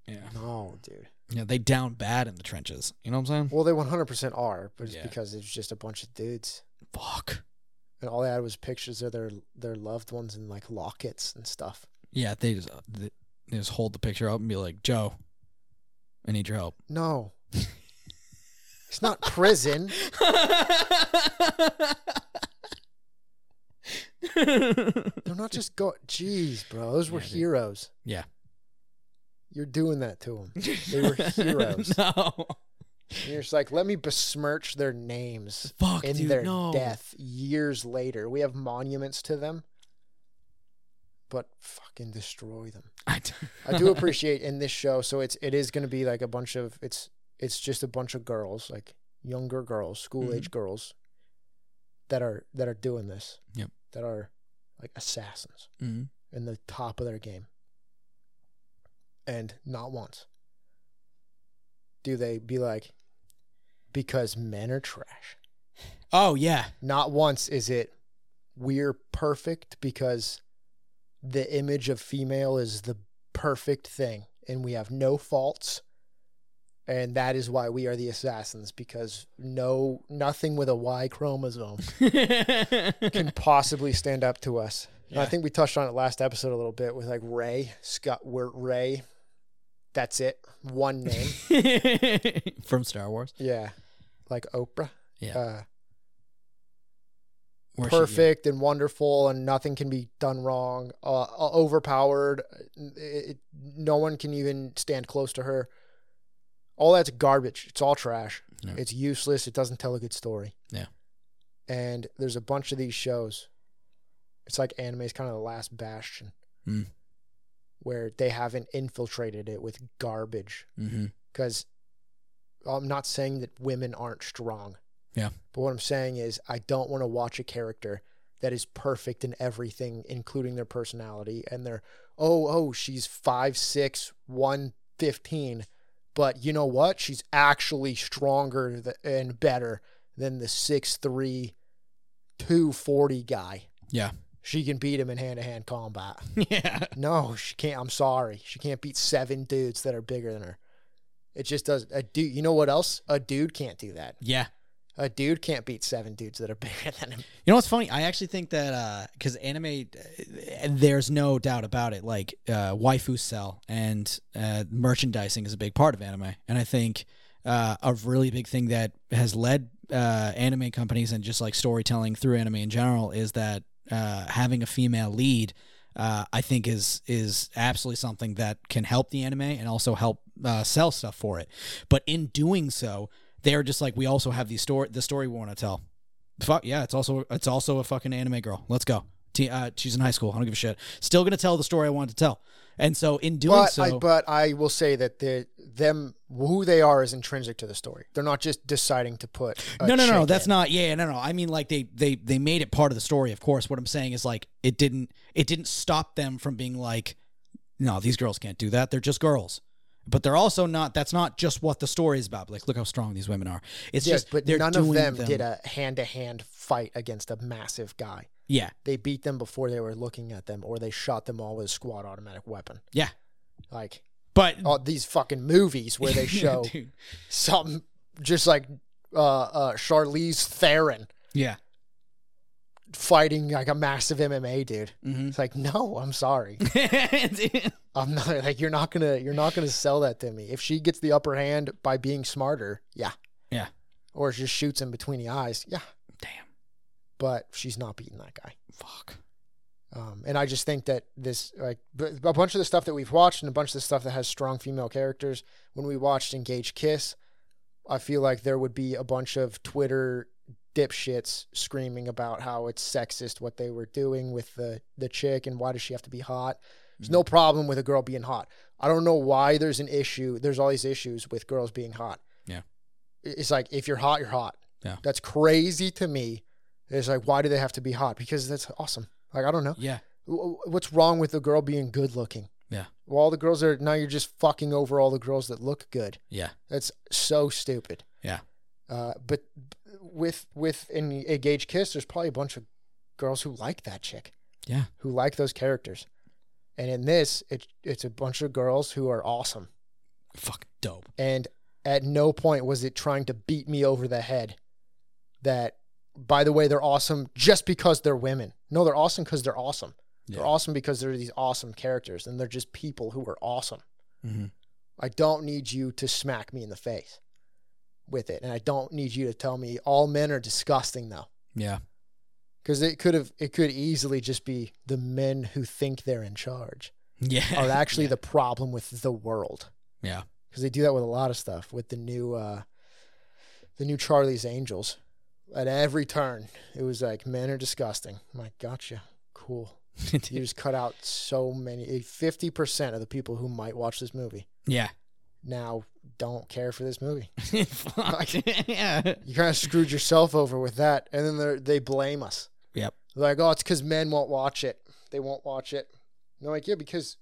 Yeah,
no, dude.
yeah. They down bad in the trenches. You know what I'm saying?
Well, they 100% are, but it's
Yeah.
because it was just a bunch of dudes.
Fuck.
And all they had was pictures of their their loved ones and like lockets and stuff.
Yeah, they just uh, they they just hold the picture up and be like, Joe, I need your help.
No. it's not prison. They're not just go. Jeez, bro. Those were
Yeah, dude.
heroes.
Yeah.
You're doing that to them. They were heroes.
No.
You're just like, let me besmirch their names.
Fuck,
in
dude.
their
no.
death years later. We have monuments to them, but fucking destroy them.
I do,
I do appreciate in this show. So it's it is going to be like a bunch of it's it's just a bunch of girls, like younger girls, school age
Mm-hmm.
girls, that are that are doing this.
Yep.
That are like assassins
Mhm.
in the top of their game. And not once do they be like, because men are trash.
Oh yeah.
Not once is it we're perfect because the image of female is the perfect thing and we have no faults. And that is why we are the assassins because no nothing with a Y chromosome can possibly stand up to us. And I
Yeah.
think we touched on it last episode a little bit with like Ray Scott. We're Ray. That's it. One name.
From Star Wars.
yeah, like Oprah.
Yeah.
Uh,
Where she-
perfect and wonderful and nothing can be done wrong uh, uh, overpowered it, it, no one can even stand close to her all that's garbage it's all trash
Yeah.
it's useless it doesn't tell a good story
Yeah.
and there's a bunch of these shows it's like anime's kind of the last bastion
Mm.
where they haven't infiltrated it with garbage
yeah. Mhm.
because I'm not saying that women aren't strong.
Yeah.
But what I'm saying is I don't want to watch a character that is perfect in everything, including their personality and their oh oh she's five six one fifteen, but you know what? She's actually stronger th- and better than the six three two forty guy.
Yeah.
She can beat him in hand to hand combat.
Yeah.
No, she can't. I'm sorry. She can't beat seven dudes that are bigger than her. It just does. A dude, you know what else? A dude can't do that.
Yeah.
A dude can't beat seven dudes that are bigger than him.
You know what's funny? I actually think that because anime, uh, there's no doubt about it. Like uh, waifu sell and uh, merchandising is a big part of anime, and I think uh, a really big thing that has led uh, anime companies and just like storytelling through anime in general is that uh, having a female lead, uh, I think is is absolutely something that can help the anime and also help uh, sell stuff for it. But in doing so, they're just like we also have the story the story we want to tell fuck yeah it's also it's also a fucking anime girl let's go T- uh, she's in high school i don't give a shit still gonna tell the story i wanted to tell and so in doing
But
so
I, but I will say that the them who they are is intrinsic to the story. They're not just deciding to put. a
no no no
chick
that's
in.
not yeah no no i mean like they they they made it part of the story of course what i'm saying is like it didn't it didn't stop them from being like no these girls can't do that they're just girls but they're also not that's not just what the story is about like look how strong these women are it's
Yes,
just
but
they're
none
doing
of them, did a hand to hand fight against a massive guy.
yeah
They beat them before they were looking at them, or they shot them all with a squad automatic weapon.
yeah
Like
but
all these fucking movies where they
Yeah,
show
dude.
something just like uh, uh, Charlize Theron
yeah
fighting like a massive MMA dude.
hmm
It's like, no, I'm sorry. I'm not like you're not gonna you're not gonna sell that to me. If she gets the upper hand by being smarter, yeah,
Yeah.
or just shoots him between the eyes, yeah.
Damn.
But she's not beating that guy.
Fuck.
Um, and I just think that this like b- a bunch of the stuff that we've watched and a bunch of the stuff that has strong female characters. When we watched Engage Kiss, I feel like there would be a bunch of Twitter dipshits screaming about how it's sexist what they were doing with the the chick and why does she have to be hot. There's
Mm-hmm.
no problem with a girl being hot. I don't know why there's an issue. There's all these issues with girls being hot.
Yeah.
I- It's like if you're hot, you're hot.
Yeah.
That's crazy to me. It's like why do they have to be hot? Because that's awesome. Like I don't know.
Yeah.
Wh- what's wrong with a girl being good looking?
Yeah.
Well, all the girls are now you're just fucking over all the girls that look good.
Yeah.
That's so stupid.
Yeah.
Uh, but with with in a gauge kiss, there's probably a bunch of girls who like that chick.
Yeah.
Who like those characters. And in this, it, it's a bunch of girls who are awesome.
Fuck. Dope.
And at no point was it trying to beat me over the head that, by the way, they're awesome just because they're women. No, they're awesome because they're awesome.
Yeah.
They're awesome because they're these awesome characters and they're just people who are awesome.
Mhm.
I don't need you to smack me in the face with it. And I don't need you to tell me all men are disgusting though.
Yeah.
Because it could have it could easily just be the men who think they're in charge
Yeah.
are actually the problem with the world.
Yeah.
Because they do that with a lot of stuff with the new uh the new Charlie's Angels. At every turn, it was like men are disgusting. I'm like, gotcha. Cool. You just cut out so many. eh, Fifty percent of the people who might watch this movie
yeah.
now don't care for this movie.
Fuck. yeah.
You kind of screwed yourself over with that, and then they they blame us.
Yep.
They're like, oh, it's because men won't watch it. They won't watch it. And they're like, yeah, because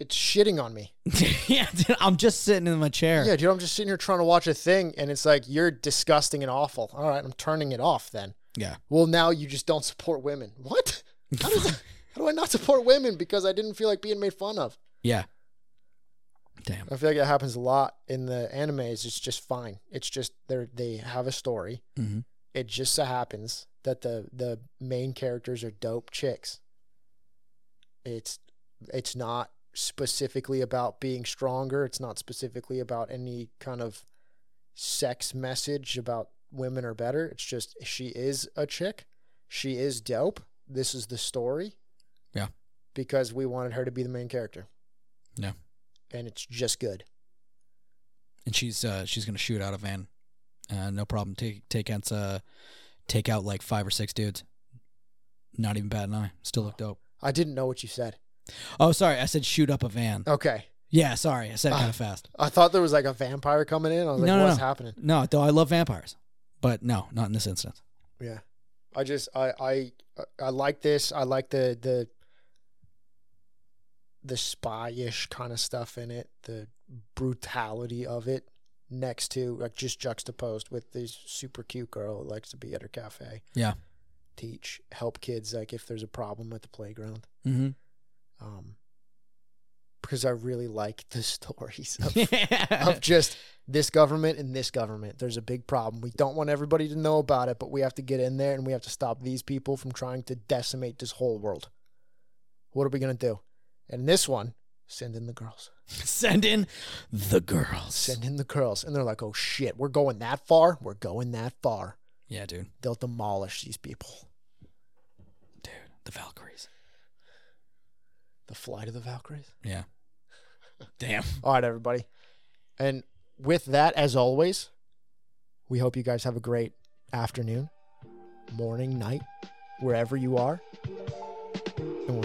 it's shitting on me.
yeah. Dude, I'm just sitting in my chair.
Yeah, dude, I'm just sitting here trying to watch a thing, and it's like you're disgusting and awful. All right, I'm turning it off then.
Yeah.
Well, now you just don't support women. What? How, does that, how do I not support women because I didn't feel like being made fun of?
Yeah. Damn.
I feel like it happens a lot in the animes. It's just fine. It's just they are they have a story.
Mhm.
It just so happens that the the main characters are dope chicks. It's it's not specifically about being stronger. It's not specifically about any kind of sex message about women are better. It's just she is a chick. She is dope. This is the story.
Yeah.
Because we wanted her to be the main character.
Yeah.
And it's just good.
And she's uh she's gonna shoot out a van. Uh, no problem. Take take out uh take out like five or six dudes. Not even bat an eye. Still look dope.
I didn't know what you said.
Oh, sorry. I said shoot up a van.
Okay.
Yeah, sorry. I said
Ah.
it kind of fast.
I thought there was like a vampire coming in. I was like,
No, no,
what's
no.
happening?
No, though I love vampires, but no, not in this instance.
Yeah. I just I I I like this. I like the the the spy-ish kind of stuff in it, the brutality of it next to like just juxtaposed with this super cute girl who likes to be at her cafe.
Yeah.
Teach, Mm-hmm. help kids like if there's a problem at the playground.
Mm-hmm.
Um because I really like the stories of,
yeah.
of just this government and this government. There's a big problem. We don't want everybody to know about it, but we have to get in there and we have to stop these people from trying to decimate this whole world. What are we going to do? And this one, send in the girls.
Send in the girls.
Send in the girls. And they're like, oh shit, we're going that far? We're going that far.
yeah, dude.
They'll demolish these people.
Dude, the Valkyries.
The flight of the Valkyries.
Yeah. Damn.
All right, everybody. And with that, as always, we hope you guys have a great afternoon, morning, night, wherever you are. And we'll